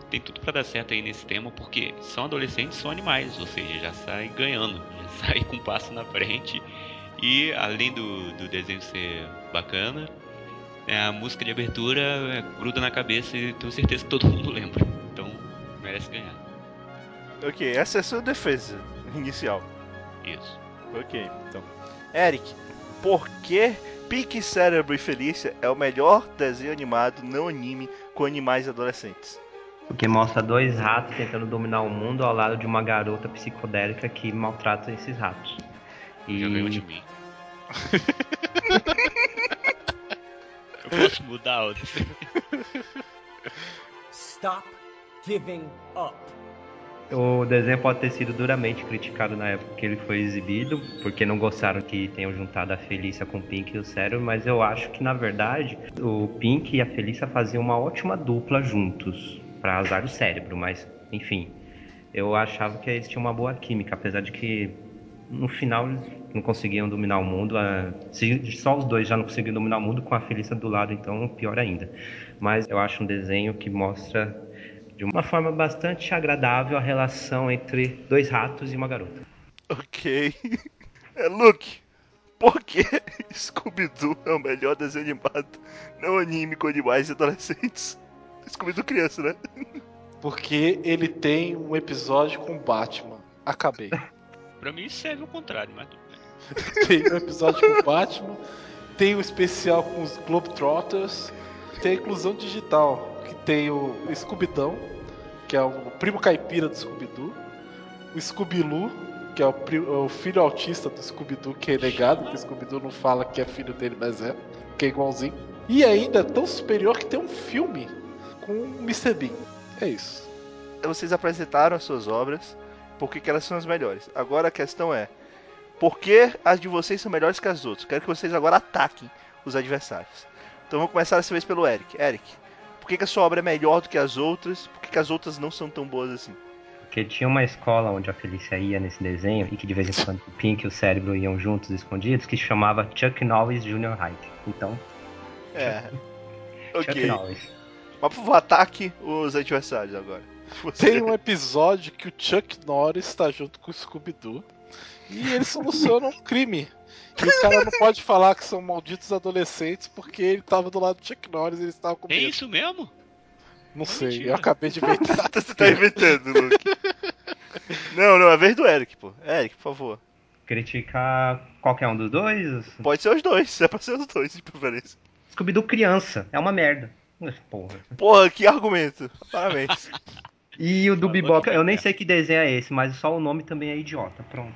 Speaker 2: tem tudo pra dar certo aí nesse tema, porque são adolescentes, são animais, ou seja, já sai ganhando, já sai com um passo na frente. E além do, do desenho ser bacana, é, a música de abertura é, gruda na cabeça e tenho certeza que todo mundo lembra. Então, merece ganhar.
Speaker 1: Ok, essa é a sua defesa inicial.
Speaker 2: Isso.
Speaker 1: Ok, então. Eric, por que Pique Cérebro e Felícia é o melhor desenho animado não anime com animais e adolescentes?
Speaker 4: Porque mostra dois ratos tentando dominar o mundo ao lado de uma garota psicodélica que maltrata esses ratos.
Speaker 2: Já ganhou de
Speaker 4: E
Speaker 2: mim. Eu posso mudar o
Speaker 8: Stop giving up.
Speaker 4: o desenho pode ter sido duramente criticado na época que ele foi exibido, porque não gostaram que tenham juntado a Felícia com o Pink e o Cérebro, mas eu acho que na verdade o Pink e a Felícia faziam uma ótima dupla juntos, pra azar o cérebro, mas enfim. Eu achava que eles tinham uma boa química, apesar de que no final eles não conseguiam dominar o mundo. a- se só os dois já não conseguiam dominar o mundo com a Felícia do lado, então pior ainda. Mas eu acho um desenho que mostra de uma forma bastante agradável a relação entre dois ratos e uma garota.
Speaker 1: Ok. É, Luke, por que Scooby-Doo é o melhor desenho animado não anime com animais e adolescentes? Scooby-Doo criança, né?
Speaker 3: Porque ele tem um episódio com Batman. Acabei.
Speaker 2: Pra mim serve o contrário, mas tudo bem.
Speaker 3: Tem um episódio com Batman. Tem um especial com os Globetrotters. Tem a inclusão digital, que tem o Scooby-Dão, que é o primo caipira do Scooby-Doo. O Scooby-Loo, que é o, pri- é o filho autista do Scooby-Doo, que é negado, que o Scooby-Doo não fala que é filho dele, mas é, que é igualzinho. E ainda é tão superior que tem um filme com o Mr. Bean. É isso.
Speaker 1: Vocês apresentaram as suas obras, por que que elas são as melhores. Agora a questão é, por que as de vocês são melhores que as dos outros? Quero que vocês agora ataquem os adversários. Então vou começar dessa vez pelo Eric. Eric, por que, que a sua obra é melhor do que as outras? Por que, que as outras não são tão boas assim?
Speaker 4: Porque tinha uma escola onde a Felícia ia nesse desenho e que de vez em quando o Pink e o Cérebro iam juntos, escondidos, que chamava Chuck Norris Junior High. Então,
Speaker 1: É.
Speaker 4: Chuck
Speaker 1: Ok.
Speaker 4: Norris.
Speaker 1: Mas por favor, ataque os adversários agora. Você-
Speaker 3: Tem um episódio que o Chuck Norris está junto com o Scooby-Doo e eles solucionam um crime. E o cara não pode falar que são malditos adolescentes porque ele tava do lado do Chuck Norris e eles estavam com
Speaker 2: É
Speaker 3: medo.
Speaker 2: isso mesmo?
Speaker 3: Não sei, eu
Speaker 2: Mentira.
Speaker 3: acabei de inventar.
Speaker 1: Você tá inventando, Luke. Não, não, é vez do Eric, pô. Eric, por favor.
Speaker 4: Criticar qualquer um dos dois?
Speaker 1: Pode ser os dois, é pra ser os dois de preferência.
Speaker 4: Scooby-Doo criança. É uma merda. Porra.
Speaker 1: Porra, que argumento. Parabéns.
Speaker 4: E o do
Speaker 2: Falou
Speaker 4: Bebop,
Speaker 2: que
Speaker 4: eu nem sei que desenho é esse, mas só o nome também é idiota. Pronto.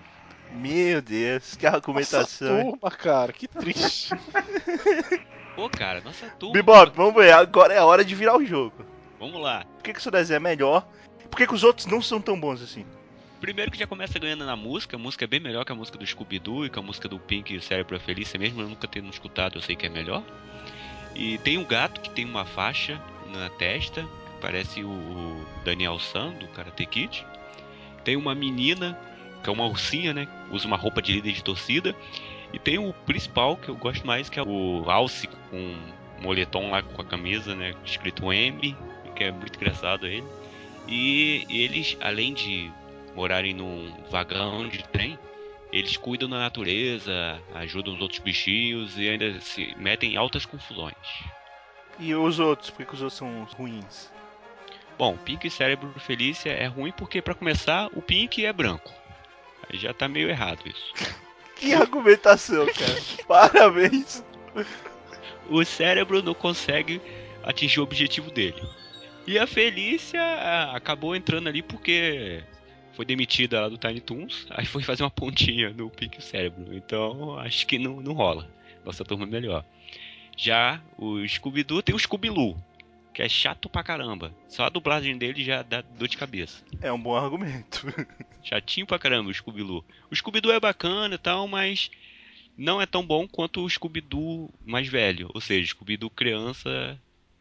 Speaker 1: Meu Deus, que
Speaker 3: Nossa
Speaker 1: argumentação. hein?
Speaker 3: turma, cara, que triste.
Speaker 2: Pô, cara, nossa é turma.
Speaker 1: Bebop, vamos ver, agora é a hora de virar o jogo.
Speaker 2: Vamos lá.
Speaker 1: Por que, que o seu desenho é melhor? Por que, que os outros não são tão bons assim?
Speaker 2: Primeiro que já começa ganhando na música, a música é bem melhor que a música do Scooby-Doo e que a música do Pink e o Cérebro é Feliz, mesmo eu nunca tendo escutado, eu sei que é melhor. E tem um gato que tem uma faixa na testa, que parece o- o Daniel San, do Karate Kid. Tem uma menina, que é uma ursinha, né, usa uma roupa de líder de torcida. E tem o principal, que eu gosto mais, que é o Alce, com um moletom lá com a camisa, né, escrito M, que é muito engraçado ele. E eles, além de morarem num vagão de trem, eles cuidam da natureza, ajudam os outros bichinhos e ainda se metem em altas confusões.
Speaker 1: E os outros? Por que, que os outros são ruins?
Speaker 2: Bom, Pink e Cérebro Felícia é ruim porque, pra começar, o Pink é branco. Aí já tá meio errado isso.
Speaker 1: Que argumentação, cara. Parabéns.
Speaker 2: O cérebro não consegue atingir o objetivo dele. E a Felícia ah, acabou entrando ali porque foi demitida lá do Tiny Toons, aí foi fazer uma pontinha no Pink e o Cérebro. Então acho que não, não rola. Nossa turma é melhor. Já o Scooby-Doo tem o Scooby-Loo, que é chato pra caramba. Só a dublagem dele já dá dor de cabeça.
Speaker 1: É um bom argumento.
Speaker 2: Chatinho pra caramba o Scooby-Doo. O Scooby-Doo é bacana e tal, mas não é tão bom quanto o Scooby-Doo mais velho. Ou seja, Scooby-Doo criança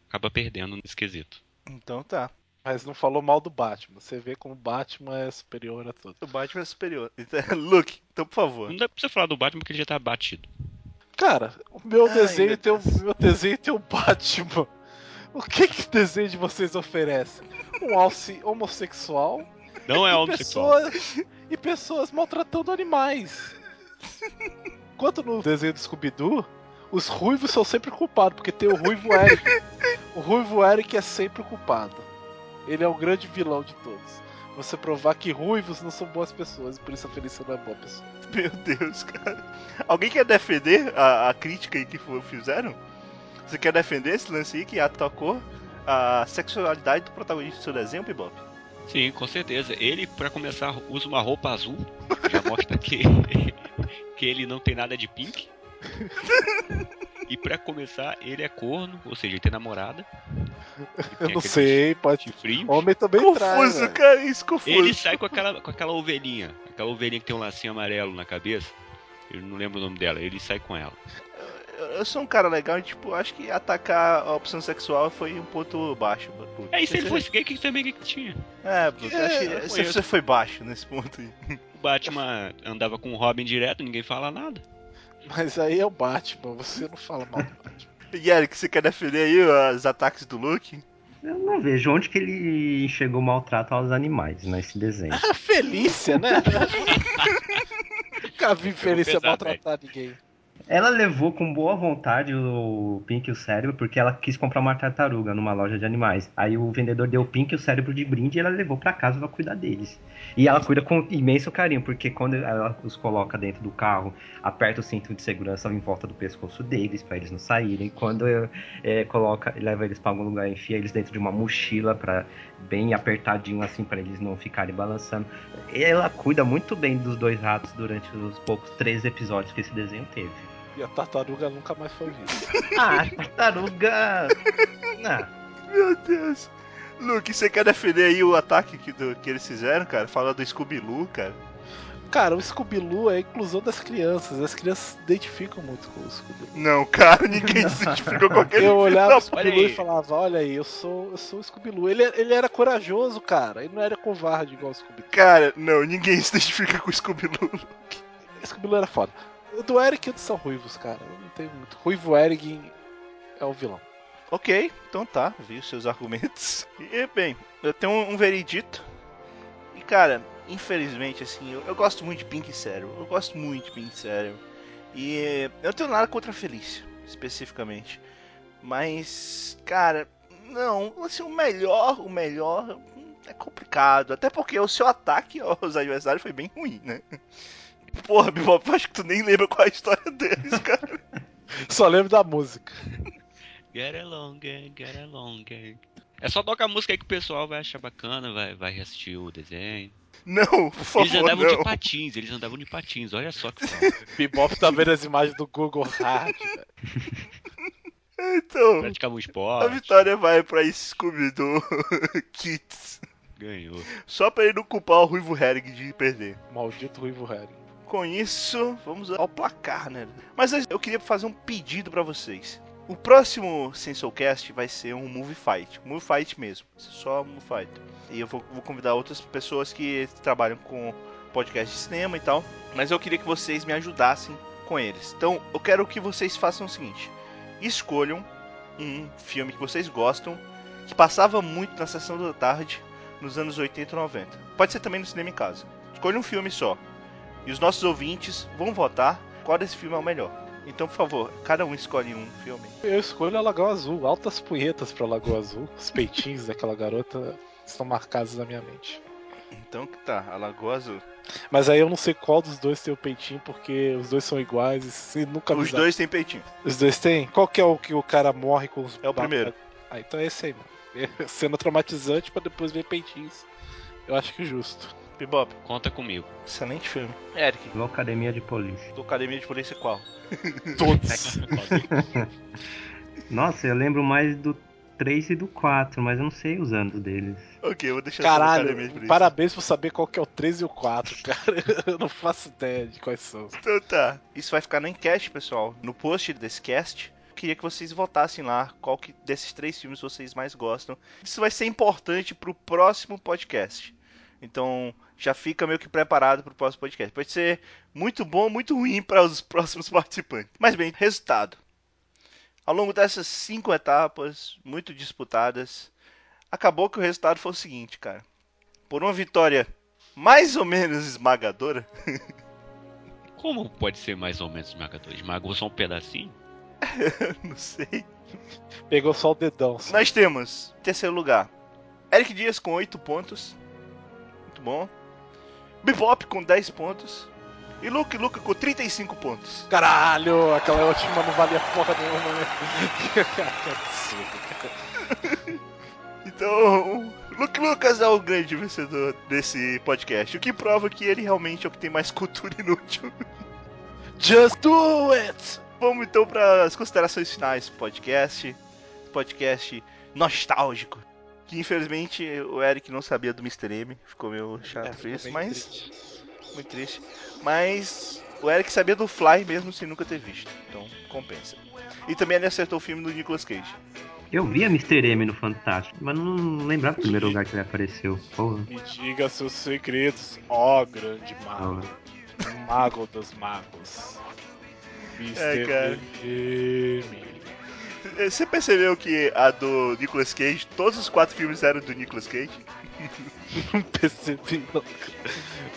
Speaker 2: acaba perdendo nesse quesito.
Speaker 1: Então tá.
Speaker 3: Mas não falou mal do Batman. Você vê como o Batman é superior a tudo.
Speaker 1: O Batman é superior. Então, Luke, então por favor.
Speaker 2: Não dá pra você falar do Batman porque ele já tá batido.
Speaker 3: Cara, o meu
Speaker 1: Ai,
Speaker 3: desenho
Speaker 1: meu
Speaker 3: tem o
Speaker 1: Deus.
Speaker 3: meu desenho tem o Batman. O que que o desenho de vocês oferece? Um alce homossexual
Speaker 2: Não é
Speaker 3: e
Speaker 2: homossexual.
Speaker 3: pessoas- e pessoas maltratando animais. Enquanto no desenho do Scooby-Doo, os ruivos são sempre culpados, porque tem o ruivo Eric. O ruivo Eric é sempre culpado. Ele é o grande vilão de todos. Você provar que ruivos não são boas pessoas, e por isso a Felícia não é boa pessoa.
Speaker 1: Meu Deus, cara. Alguém quer defender a, a crítica aí que fo- fizeram? Você quer defender esse lance aí que atacou a sexualidade do protagonista do seu desenho, Bebop?
Speaker 2: Sim, com certeza. Ele, pra começar, usa uma roupa azul. Já mostra que, que ele não tem nada de pink. E pra começar, ele é corno, ou seja, ele tem namorada. é
Speaker 3: Eu não sei, pode.
Speaker 2: Frio.
Speaker 3: Homem também né? trai,
Speaker 1: Confuso,
Speaker 3: velho.
Speaker 1: cara, isso confuso.
Speaker 2: Ele sai com aquela, com aquela ovelhinha. Aquela ovelhinha que tem um lacinho amarelo na cabeça. Eu não lembro o nome dela. Ele sai com ela.
Speaker 1: Eu eu sou um cara legal e, tipo, acho que atacar a opção sexual foi um ponto baixo. Luke.
Speaker 2: É, e se ele
Speaker 1: Você-
Speaker 2: fosse gay, que também que tinha?
Speaker 1: É, Luke, acho
Speaker 2: É,
Speaker 1: que
Speaker 2: eu
Speaker 1: você-
Speaker 2: conheço.
Speaker 1: você foi baixo nesse ponto aí.
Speaker 2: O Batman andava com o Robin direto, ninguém fala nada.
Speaker 3: Mas aí é o Batman, você não fala mal do Batman.
Speaker 1: E Eric, você quer defender aí os ataques do Luke?
Speaker 4: Eu não vejo onde que ele enxergou maltrato aos animais nesse desenho.
Speaker 3: A Tá Felícia, né? Nunca vi Felícia
Speaker 2: pesado,
Speaker 3: maltratar ninguém.
Speaker 4: Ela levou com boa vontade o Pink e o cérebro porque ela quis comprar uma tartaruga numa loja de animais. Aí o vendedor deu o Pink e o cérebro de brinde e ela levou pra casa pra cuidar deles. E ela cuida com imenso carinho, porque quando ela os coloca dentro do carro, aperta o cinto de segurança em volta do pescoço deles pra eles não saírem. Quando eh, coloca, leva eles pra algum lugar, enfia eles dentro de uma mochila para bem apertadinho assim pra eles não ficarem balançando. Ela cuida muito bem dos dois ratos durante os poucos três episódios que esse desenho teve.
Speaker 3: E a tartaruga nunca mais foi vista.
Speaker 4: Ah, tartaruga. Não.
Speaker 1: Meu Deus. Luke, você quer defender aí o ataque que, do- que eles fizeram, cara? Fala do Scooby-Loo, cara.
Speaker 3: Cara, o Scooby-Loo é a inclusão das crianças. As crianças se identificam muito com o Scooby-Loo.
Speaker 1: Não, cara, ninguém se identificou com aquele.
Speaker 3: Eu olhava
Speaker 1: Não,
Speaker 3: o Scooby-Loo
Speaker 2: aí.
Speaker 3: e falava, olha aí, eu sou, eu sou o Scooby-Loo. Ele, ele era corajoso, cara. Ele não era covarde igual o Scooby-Doo.
Speaker 1: Cara, não, ninguém se identifica com o Scooby-Loo.
Speaker 3: O Scooby-Loo era foda. O do Eric e o do são ruivos, cara. Não tem muito. Ruivo Eric é o vilão.
Speaker 1: Ok, então tá, vi os seus argumentos. E bem, eu tenho um, um veredito. E cara, infelizmente, assim, eu, eu gosto muito de Pink Cérebro. Eu gosto muito de Pink Cérebro. E eh, eu não tenho nada contra a Felícia, especificamente. Mas, cara, não, assim, o melhor, o melhor hum, é complicado. Até porque o seu ataque aos adversários foi bem ruim, né? Porra, Bebop, eu acho que tu nem lembra qual é a história deles, cara.
Speaker 3: Só lembro da música.
Speaker 2: Get along, gang, get along. gang. É só tocar a música aí que o pessoal vai achar bacana, vai, vai assistir o desenho.
Speaker 1: Não, por favor,
Speaker 2: Eles andavam
Speaker 1: não.
Speaker 2: de patins, eles andavam de patins, olha só que só.
Speaker 3: Bebop tá vendo as imagens do Google Hard. velho.
Speaker 1: Então,
Speaker 2: Praticavam
Speaker 1: a
Speaker 2: esporte,
Speaker 1: vitória vai pra esse Scooby-Doo Kids.
Speaker 2: ganhou.
Speaker 1: Só pra ele não culpar o Ruivo Herring de perder.
Speaker 3: Maldito Ruivo Harry.
Speaker 1: Com isso, vamos ao placar, né? Mas antes, eu queria fazer um pedido pra vocês. O próximo Sensorcast vai ser um movie fight. Movie fight mesmo. Só movie fight. E eu vou, vou convidar outras pessoas que trabalham com podcast de cinema e tal. Mas eu queria que vocês me ajudassem com eles. Então, eu quero que vocês façam o seguinte: escolham um filme que vocês gostam, que passava muito na sessão da tarde nos anos 80 e 90. Pode ser também no cinema em casa. Escolha um filme só. E os nossos ouvintes vão votar qual desse filme é o melhor. Então, por favor, cada um escolhe um filme.
Speaker 3: Eu escolho a Lagoa Azul. Altas punhetas pra Lagoa Azul. Os peitinhos daquela garota estão marcados na minha mente.
Speaker 1: Então que tá, a Lagoa Azul.
Speaker 3: Mas aí eu não sei qual dos dois tem o peitinho, porque os dois são iguais e se nunca me
Speaker 1: Os
Speaker 3: dá-
Speaker 1: dois têm peitinho.
Speaker 3: Os dois têm? Qual que é o que o cara morre com os
Speaker 1: É o primeiro.
Speaker 3: Ah, então é esse aí, mano. É Cena traumatizante pra depois ver peitinhos. Eu acho que justo.
Speaker 1: Bebop,
Speaker 2: Conta comigo.
Speaker 1: excelente filme. Eric,
Speaker 4: Academia de Polícia.
Speaker 1: do Academia de Polícia qual? É
Speaker 3: Todos.
Speaker 4: Nossa, eu lembro mais do 3 e do 4, mas eu não sei os anos deles.
Speaker 1: Ok, eu vou deixar só do Academia de
Speaker 3: Caralho,
Speaker 1: Polícia.
Speaker 3: parabéns por saber qual que é o 3 e o 4, cara. Eu não faço ideia de quais são.
Speaker 1: Então tá. Isso vai ficar na enquete, pessoal. No post desse cast. Queria que vocês votassem lá qual que desses três filmes vocês mais gostam. Isso vai ser importante pro próximo podcast. Então já fica meio que preparado pro próximo podcast. Pode ser muito bom, muito ruim para os próximos participantes. Mas bem, resultado. Ao longo dessas cinco etapas, muito disputadas, acabou que o resultado foi o seguinte, cara. Por uma vitória mais ou menos esmagadora,
Speaker 2: Como pode ser mais ou menos esmagador? Esmagou só um pedacinho?
Speaker 1: não sei.
Speaker 3: Pegou só o dedão. só.
Speaker 1: Nós temos, em terceiro lugar, Eric Dias com 8 pontos. Muito bom. Bebop com 10 pontos. E Luke Luca com 35 pontos.
Speaker 3: Caralho, aquela última não valia porra nenhuma, né? Que absurdo.
Speaker 1: Então, Luke Lucas é o grande vencedor desse podcast. O que prova que ele realmente é o que tem mais cultura inútil.
Speaker 3: Just do it!
Speaker 1: Vamos então para as considerações finais do podcast. Podcast nostálgico. Que infelizmente o Eric não sabia do Mr. M. É, Ficou meio chato por isso,
Speaker 3: Bem
Speaker 1: mas.
Speaker 3: triste.
Speaker 1: Muito triste. Mas o Eric sabia do Fly mesmo sem nunca ter visto. Então compensa. E também ele acertou o filme do Nicolas Cage.
Speaker 4: Eu via Mr. M no Fantástico, mas não lembrava o primeiro lugar que ele apareceu. Porra.
Speaker 3: Me diga seus segredos, ó grande mago. Mago dos magos.
Speaker 1: É, cara.
Speaker 3: Mr. M.
Speaker 1: Eh, Você percebeu que a do Nicolas Cage, todos os quatro filmes eram do Nicolas Cage?
Speaker 3: Não percebi, não.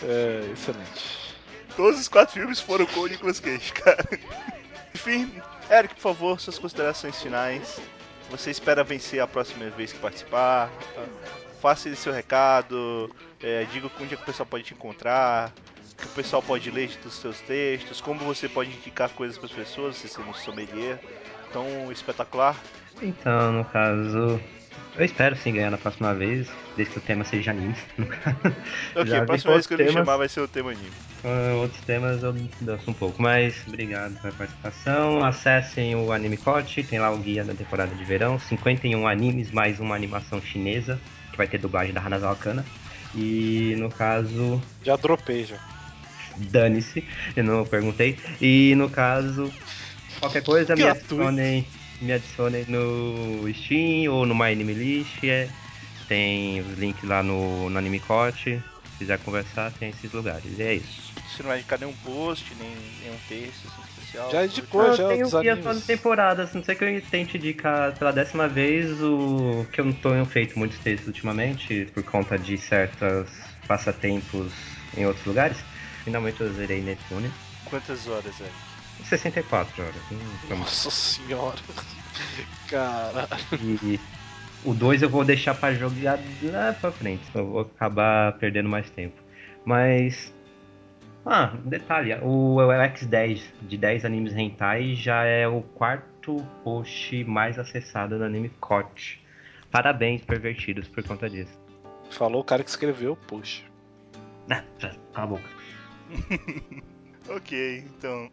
Speaker 3: É, excelente.
Speaker 1: Todos os quatro filmes foram com o Nicolas Cage, cara. Enfim, Eric, por favor, suas considerações finais. Você espera vencer a próxima vez que participar? Faça aí seu recado, eh, diga onde é que o pessoal pode te encontrar, o que o pessoal pode ler dos seus textos, como você pode indicar coisas para as pessoas, você sendo um sommelier tão espetacular.
Speaker 4: Então, no caso. Eu espero sim ganhar na próxima vez, desde que o tema seja anime.
Speaker 1: Ok,
Speaker 4: Já
Speaker 1: a
Speaker 4: vi
Speaker 1: próxima vez que eu lhe
Speaker 4: outros temas.
Speaker 1: chamar vai ser o tema anime.
Speaker 4: Com Ah, outros temas eu danço um pouco, mas obrigado pela participação. Acessem o Anime Corte, tem lá o guia da temporada de verão, 51 animes mais uma animação chinesa, que vai ter dublagem da Hanazawa Kana. E no caso,
Speaker 3: Já dropei, já.
Speaker 4: dane-se, eu não perguntei. E no caso, qualquer coisa me
Speaker 3: Gratuito.
Speaker 4: adicionem, me adicionem no Steam ou no My Anime List, é. tem os links lá no, no Anime Corte. Se quiser conversar, tem esses lugares. E é isso.
Speaker 1: Você não vai indicar nenhum post, nem nenhum texto assim, especial.
Speaker 3: Já
Speaker 4: Não,
Speaker 3: indicou,
Speaker 4: eu
Speaker 3: já
Speaker 4: tenho
Speaker 3: é, os
Speaker 4: guia
Speaker 3: animes.
Speaker 4: só de temporada, assim, não sei que eu tente indicar pela décima vez o que eu não tenho feito muitos textos ultimamente, por conta de certos passatempos em outros lugares. Finalmente eu zerei Netune.
Speaker 1: Quantas horas, Eric?
Speaker 4: 64 horas. hum, vamos.
Speaker 3: Nossa senhora. Cara,
Speaker 4: E o 2 eu vou deixar pra jogar lá pra frente. Eu vou acabar perdendo mais tempo. Mas. Ah, detalhe, o X10 de 10 animes rentais já é o quarto post mais acessado no anime COT. Parabéns, pervertidos, por conta disso.
Speaker 3: falou o cara que escreveu, poxa.
Speaker 4: Ah, tá, Cala a boca.
Speaker 1: Ok, então.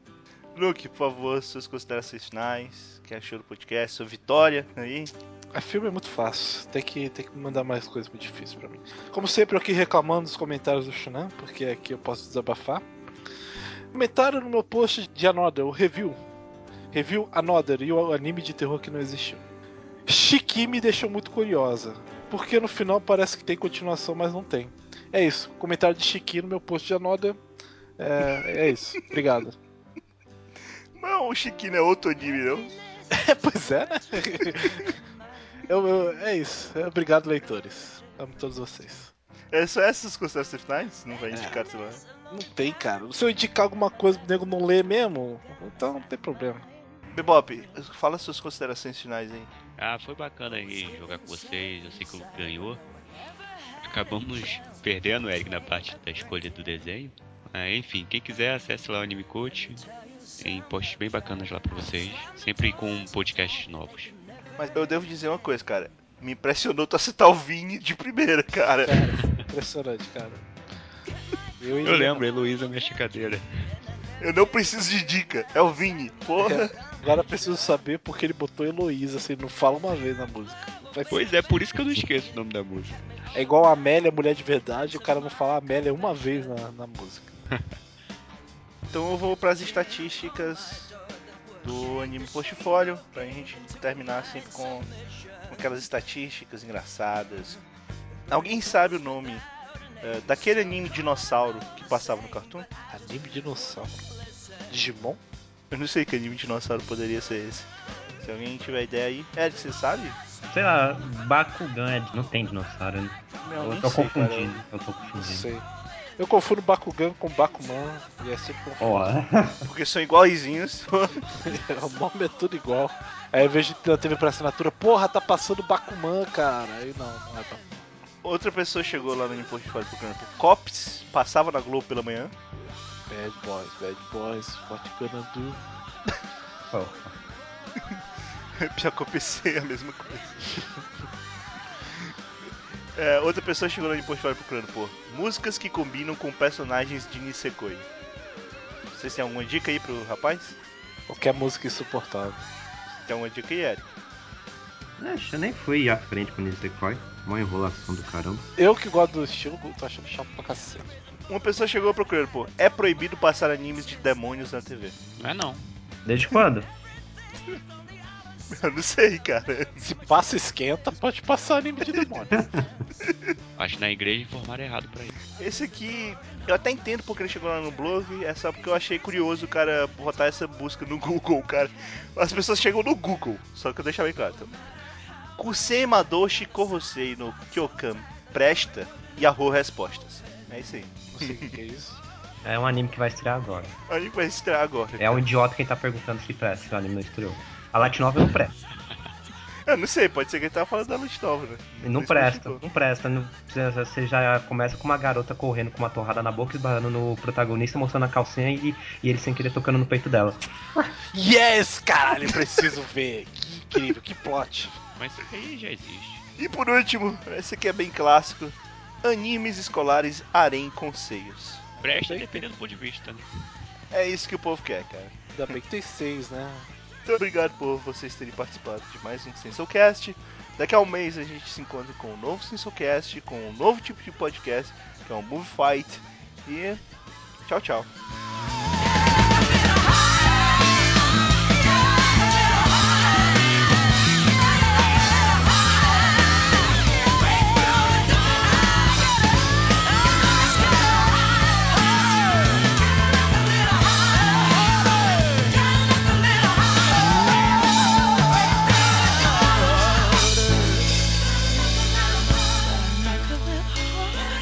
Speaker 1: Luke, por favor, suas considerações finais. O que achou do podcast? Sua vitória aí?
Speaker 3: A filme é muito fácil, tem que, tem que mandar mais coisa muito difícil pra mim. Como sempre, eu aqui reclamando dos comentários do Shunan, porque aqui eu posso desabafar. Comentário no meu post de Another, o review. Review Another e o anime de terror que não existiu. Shiki me deixou muito curiosa, porque no final parece que tem continuação, mas não tem. É isso, comentário de Shiki no meu post de Another. É, é isso, obrigado.
Speaker 1: Não, o Chiquinho é outro anime, não?
Speaker 3: É, pois é, né? Eu- eu- é isso, obrigado, leitores. Amo todos vocês.
Speaker 1: É só essas considerações finais? Não vai indicar, sei lá.
Speaker 3: Não tem, cara. Se eu indicar alguma coisa o nego não lê mesmo, então não tem problema.
Speaker 1: Bebop, fala suas considerações finais aí.
Speaker 2: Ah, foi bacana aí jogar com vocês. Eu sei que o Luke ganhou. Acabamos perdendo o Eric na parte da escolha do desenho. Ah, enfim, quem quiser, acesse lá o Anime Coach. Tem posts bem bacanas lá pra vocês. Sempre com podcasts novos.
Speaker 1: Mas eu devo dizer uma coisa, cara. Me impressionou tu acertar o Vini de primeira, cara.
Speaker 3: Cara, é impressionante, cara. Eu, ainda-
Speaker 2: Eu lembro, Heloísa, minha chicadeira.
Speaker 1: Eu não preciso de dica. É o Vini. Porra.
Speaker 3: Agora eu preciso saber porque ele botou Heloísa, assim, não fala uma vez na música. Vai-
Speaker 2: Pois é, por isso que eu não esqueço o nome da música.
Speaker 3: É igual a Amélia, mulher de verdade, o cara não fala Amélia uma vez na, na música.
Speaker 1: Então eu vou pras estatísticas do anime portfólio pra gente terminar sempre com, com aquelas estatísticas engraçadas. Alguém sabe o nome eh, daquele anime dinossauro que passava no cartoon?
Speaker 3: Anime dinossauro. Digimon?
Speaker 1: Eu não sei que anime dinossauro poderia ser esse. Se alguém tiver ideia aí, Eric, você sabe?
Speaker 4: Sei lá, Bakugan é- não tem dinossauro, né?
Speaker 1: Não,
Speaker 4: Eu
Speaker 1: nem
Speaker 4: tô
Speaker 1: sei, cara.
Speaker 4: confundindo, eu tô
Speaker 3: Não
Speaker 4: confundindo.
Speaker 3: sei. Eu confundo Bakugan com Bakuman e é sempre confuso.
Speaker 4: Ó,
Speaker 1: Porque são iguaizinhos.
Speaker 3: O nome é tudo igual. Aí eu vejo na TV pra assinatura, porra, tá passando Bakuman, cara. Aí não, não é Bakuman.
Speaker 1: Outra pessoa chegou lá no anime portfólio procurando por Cops, passava na Globo pela manhã.
Speaker 3: Bad Boys, Bad Boys, What you gonna do?
Speaker 4: ó,
Speaker 1: Já comecei a mesma coisa. É, outra pessoa chegou no Impostório procurando por músicas que combinam com personagens de Nisekoi. Vocês têm alguma dica aí pro rapaz?
Speaker 3: Qualquer música insuportável.
Speaker 1: Tem alguma dica aí, Eric?
Speaker 4: Acho que eu nem fui à frente com o Nisekoi. Uma enrolação do caramba.
Speaker 3: Eu que gosto do estilo, tô achando chato pra cacete.
Speaker 1: Uma pessoa chegou procurando por É proibido passar animes de demônios na TV.
Speaker 2: Não é não.
Speaker 4: Desde quando?
Speaker 1: Eu não sei, cara.
Speaker 3: Se passa esquenta, pode passar anime de demônio.
Speaker 2: Acho que na igreja informaram errado pra ele.
Speaker 1: Esse aqui, eu até entendo porque ele chegou lá no blog, é só porque eu achei curioso o cara botar essa busca no Google, cara. As pessoas chegam no Google, só que eu deixava bem claro. Então. Kusema Doshi Kohosei no Kyokan presta e arrou respostas. É isso aí.
Speaker 3: Não sei o que que é isso.
Speaker 4: É um anime que vai estrear agora.
Speaker 1: A gente vai estrear agora.
Speaker 4: É um idiota quem tá perguntando se presta, se o anime não estreou. A Light Novel não presta.
Speaker 1: Eu não sei, pode ser que ele tava falando da Lute Nova, né?
Speaker 4: Não
Speaker 1: Isso
Speaker 4: presta, tipo-
Speaker 1: modificou.
Speaker 4: não presta. não- Você já começa com uma garota correndo com uma torrada na boca, esbarrando no protagonista, mostrando a calcinha e, e ele sem querer tocando no peito dela.
Speaker 3: Yes, caralho, preciso ver. Que incrível, que plot.
Speaker 2: Mas isso aí já existe.
Speaker 1: E por último, esse aqui é bem clássico: Animes escolares harém com seios.
Speaker 2: Presta dependendo do ponto de vista, né?
Speaker 1: É isso que o povo quer, cara.
Speaker 3: Ainda bem que tem seis, né?
Speaker 1: Muito obrigado por vocês terem participado de mais um Sensorcast. Daqui a um mês a gente se encontra com um novo Sensorcast, com um novo tipo de podcast, que é um Movie Fight. E tchau, tchau.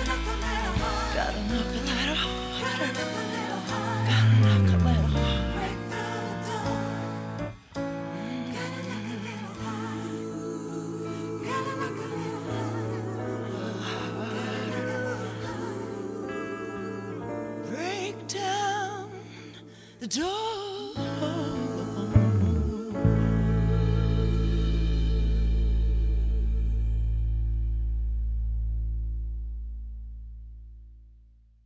Speaker 9: Gotta knock a little harder. Gotta knock a little harder. Gotta knock a little harder. Gotta knock a little harder. Break down the door.